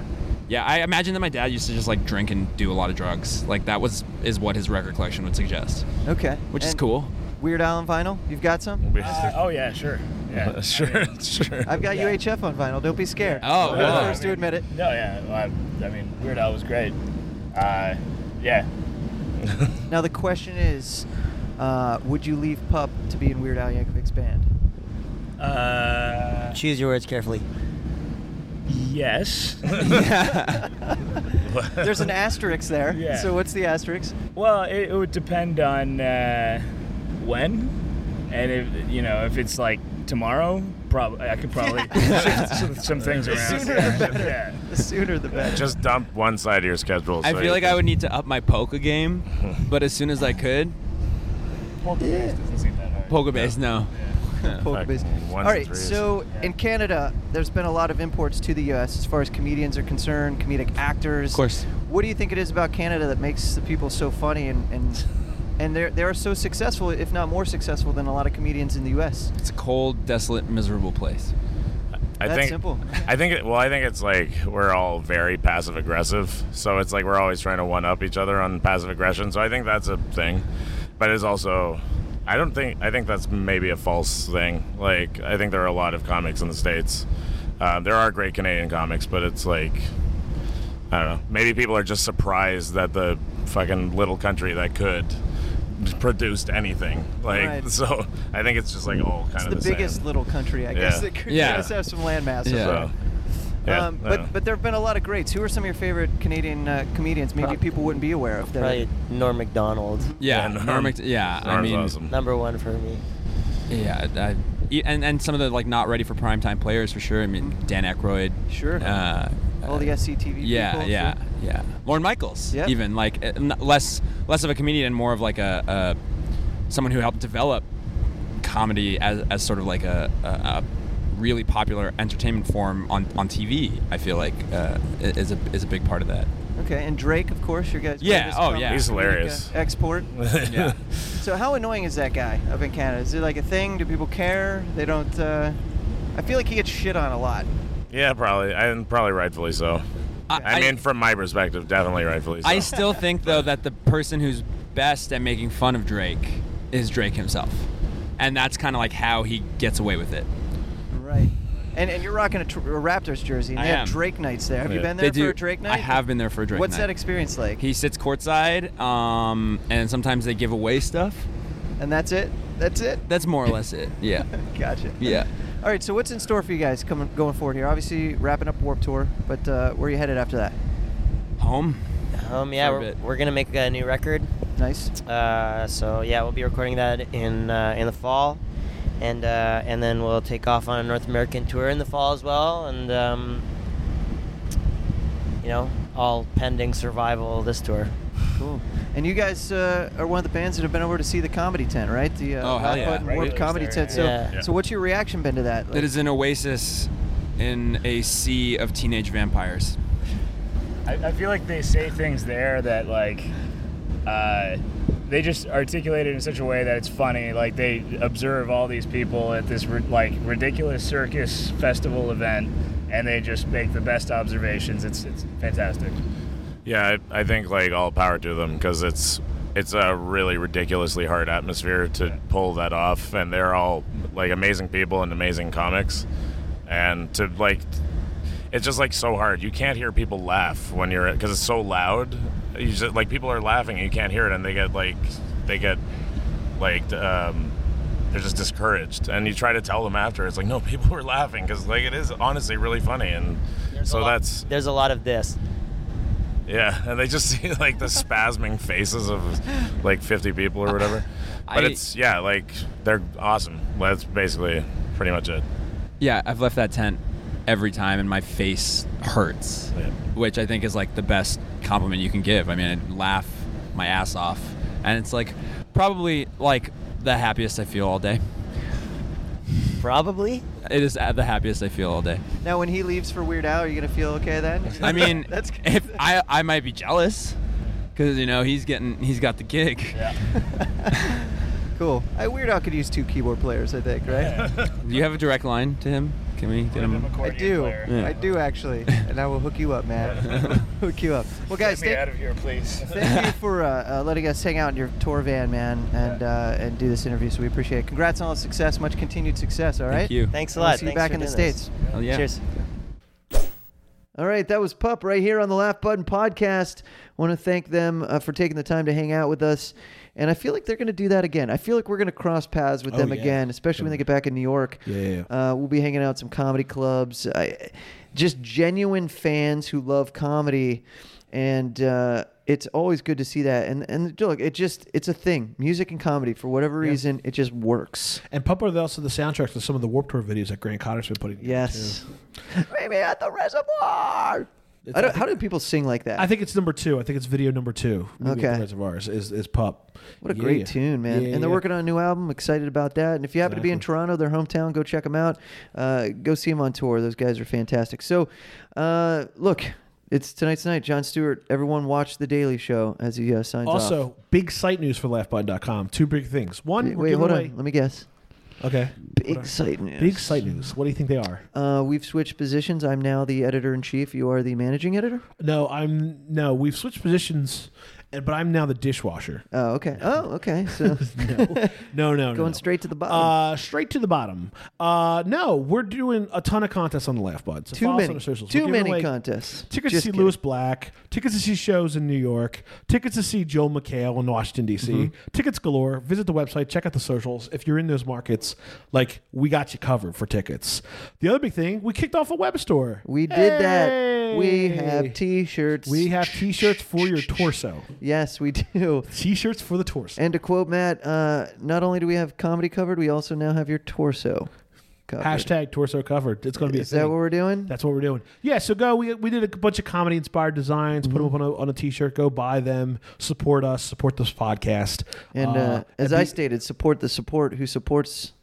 yeah. I imagine that my dad used to just like drink and do a lot of drugs. Like that was is what his record collection would suggest,
okay.
which is
And
cool.
Weird Al on vinyl. You've got some.
Uh, oh yeah, sure. Yeah. I
sure,
mean,
sure.
I've got UHF on vinyl. Don't be scared.
Oh,
You're
whoa.
the first to admit it.
no, yeah. well, I, I mean, Weird Al was great. Uh, yeah.
Now the question is, uh, would you leave Pup to be in Weird Al Yankovic's band?
Uh,
Choose your words carefully.
yes.
but
There's an asterisk there.
Yeah.
So what's the asterisk?
Well, it, it would depend on uh, when, and if you know if it's like tomorrow, probably I could probably shift some, some things around.
sooner the
Yeah.
The sooner the better.
just dump one side of your schedule.
I
so
feel
you
like
can-
I would need to up my poker game, but as soon as I could,
Poker base doesn't seem that hard.
poker base, no.
Poker
Like,
based. All
ones and
right.
threes.
So in Canada, there's been a lot of imports to the U.S. as far as comedians are concerned, comedic actors.
Of course.
What do you think it is about Canada that makes the people so funny and and and they're they're so successful, if not more successful than a lot of comedians in the U.S.
It's a cold, desolate, miserable place.
I
That's
think,
simple.
I think. It, well, I think it's like we're all very passive aggressive, so it's like we're always trying to one up each other on passive aggression. So I think that's a thing, but it's also. I don't think. I think that's maybe a false thing. Like I think there are a lot of comics in the states. Um, there are great Canadian comics, but it's like. I don't know. Maybe people are just surprised that the fucking little country that could produced anything. Like
Right.
so, I think it's just like all kind
It's
of
the,
the,
biggest
same.
little country, I guess.
Yeah.
That could
Yeah.
does have some landmass.
Yeah.
around it.
So, yeah,
um,
I don't know.
but but there have been a lot of greats. Who are some of your favorite Canadian uh, comedians? Maybe
Prob-
people wouldn't be aware of that.
Probably Norm Macdonald,
Yeah,
Norm-
Norm Mac- yeah. I
Norm's
mean,
awesome.
number one for me.
yeah, I, e- and and some of the like not ready for prime time players for sure. I mean, Dan Aykroyd.
Sure.
Uh,
All the SCTV
yeah,
people.
yeah,
sure.
yeah. Lauren Michaels,
Yeah.
even like uh, n- less less of a comedian, more of like a, a someone who helped develop comedy as, as sort of like a, a, a really popular entertainment form on, on TV. I feel like uh, i- is a is a big part of that.
Okay, and Drake, of course, your guys.
Yeah,
greatest
oh,
comic,
yeah.
He's
comedic, uh,
hilarious.
Export.
Yeah,
So how annoying is that guy up in Canada? Is it like a thing? Do people care? They don't. Uh, I feel like he gets shit on a lot.
yeah, probably, and probably rightfully so. I, mean, from my perspective, definitely rightfully so.
I still think though that the person who's best at making fun of Drake is Drake himself, and that's kind of like how he gets away with it.
Right. And, and you're rocking a, tr- a Raptors jersey. And
I
they have
am.
Drake nights there. Have you
Yeah.
been
They
there for a
do-
Drake night?
I have been there for a Drake
What's
night.
that experience like?
He sits courtside, um, and sometimes they give away stuff.
and that's it. That's it.
That's more or less it. Yeah,
Gotcha.
yeah.
All right. So what's in store for you guys coming going forward here? Obviously wrapping up Warp Tour, but uh, where are you headed after that?
Home.
Um, yeah,
For a
we're,
bit.
we're gonna make a new record.
Nice.
Uh, so yeah, we'll be recording that in uh, in the fall, and uh, and then we'll take off on a North American tour in the fall as well, and um, you know, all pending survival of this tour.
Cool. And you guys uh, are one of the bands that have been over to see the Comedy Tent, right? The uh,
Oh, hell
Hot
yeah.
Button
Right.
Warped
It was
Comedy
there,
Tent.
yeah.
So,
Yeah.
so what's your reaction been to that? Like,
It is an oasis in a sea of teenage vampires.
I, I feel like they say things there that like uh, they just articulate it in such a way that it's funny. Like they observe all these people at this ri- like ridiculous circus festival event, and they just make the best observations. It's it's fantastic.
yeah, I, I think like all power to them because it's it's a really ridiculously hard atmosphere to pull that off, and they're all like amazing people and amazing comics, and to like. It's just like so hard. You can't hear people laugh when you're because it's so loud. You just like people are laughing, and you can't hear it, and they get like they get like um, they're just discouraged. And you try to tell them after, it's like no, people were laughing because like it is honestly really funny, and
There's a
so
lot-
that's
There's a lot of this.
yeah, and they just see like the spasming faces of like 50 people or whatever. But
I-
it's yeah, like they're awesome. That's basically pretty much it.
Yeah, I've left that tent every time, and my face hurts,
Yeah.
which I think is like the best compliment you can give. I mean, I laugh my ass off, and it's like probably like the happiest I feel all day.
Probably.
It is uh, the happiest I feel all day.
now, when he leaves for Weird Al, are you gonna feel okay then?
I mean,
that's good.
if I I might be jealous because you know he's getting he's got the gig.
cool. I, Weird Al could use two keyboard players, I think, right?
Do you have a direct line to him? Can we get him?
I do.
Yeah.
I do actually, and I will hook you up, man. hook you up. Well, guys,
Get me
thank,
out of here, please.
thank you for uh, uh, letting us hang out in your tour van, man, and uh, and do this interview. So we appreciate it. Congrats on all the success. Much continued success. All right.
Thank you.
Thanks a
We'll
lot.
see you
Thanks
back
for
in the
doing this.
states.
Hell Oh, yeah.
Cheers.
All right, that was Pup right here on the Laugh Button Podcast. want to thank them uh, for taking the time to hang out with us. And I feel like they're going to do that again. I feel like we're going to cross paths with
Oh,
them
yeah.
again, especially when they get back in New York.
Yeah, yeah,
Uh, we'll be hanging out at some comedy clubs. I, just genuine fans who love comedy, and uh, it's always good to see that. And and look, it just it's a thing. Music and comedy, for whatever reason, it just works.
And Pump are also the soundtracks to some of the Warped Tour videos that Grant Cotter's been putting. together,
Yes.
too.
Maybe at the reservoir. I don't, how do people sing like that?
I think it's number two. I think it's video number two. Maybe
Okay.
The Reservoirs is is Pup.
What a
Yeah.
great tune, man!
Yeah,
and they're
yeah.
working on a new album. Excited about that. And if you happen to be in
Exactly.
Toronto, their hometown, go check them out. Uh, go see them on tour. Those guys are fantastic. So, uh, look, it's tonight's night. John Stewart. Everyone watch The Daily Show as he uh, signs
Also,
off.
big site news for LaughButton.com. Two big things. One,
Wait,
we're
wait,
giving
hold
away,
on. Let me guess.
Okay.
Big site news.
Big site news. What do you think they are?
Uh, we've switched positions. I'm now the editor in chief. You are the managing editor.
No, I'm no. We've switched positions, and but I'm now the dishwasher.
Oh, okay. Oh, okay. So
No, no,
going
no.
straight to the bottom.
Uh, straight to the bottom. Uh, no, we're doing a ton of contests on the Laugh Button. So
too
follow us on
many.
our socials.
Too
We're giving
many
away
contests.
Tickets
Just
to see
kidding.
Lewis Black, tickets to see shows in New York, tickets to see Joel McHale in Washington D.C.
Mm-hmm.
Tickets galore. Visit the website, check out the socials. If you're in those markets, like we got you covered for tickets. The other big thing, we kicked off a web store.
We did that. We
Hey!
have t-shirts.
we have t-shirts for your torso.
Yes, we do.
T-shirts for the torso.
And to quote Matt, uh, not only do we have comedy covered, we also now have your torso covered.
Hashtag Uh, torso covered. It's going to be.
Is
a thing.
that what we're doing?
That's what we're doing. Yeah, so go. We, we did a bunch of comedy inspired designs, put them
Mm-hmm.
up on a, on a t shirt. Go buy them, support us, support this podcast.
and uh, as
and
I
be-
stated, support the support who supports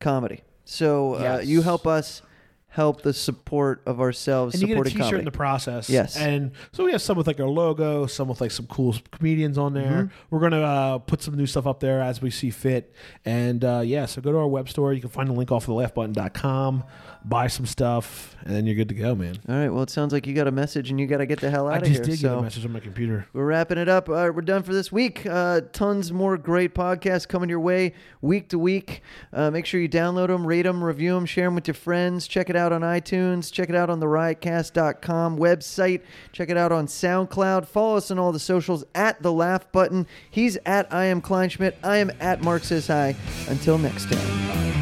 comedy. So uh,
Yes.
you help us help the support of ourselves
and you get a
supporting
t-shirt
comedy.
in the process
Yes.
and so we have some with like our logo some with like some cool comedians on there
Mm-hmm.
we're gonna uh, put some new stuff up there as we see fit and uh, yeah so go to our web store you can find the link off of the buy some stuff and then you're good to go man
All right. Well, it sounds like you got a message and you got to get the hell out
i
of
just
here.
did get
so-
a message on my computer
We're wrapping it up. All right, we're done for this week. Uh, tons more great podcasts coming your way week to week. Uh, make sure you download them, rate them, review them, share them with your friends. Check it out on iTunes. Check it out on the riotcast.com website. Check it out on SoundCloud. Follow us on all the socials at the laugh button. He's at I am Kleinschmidt. I am at Mark Says Hi. Until next time.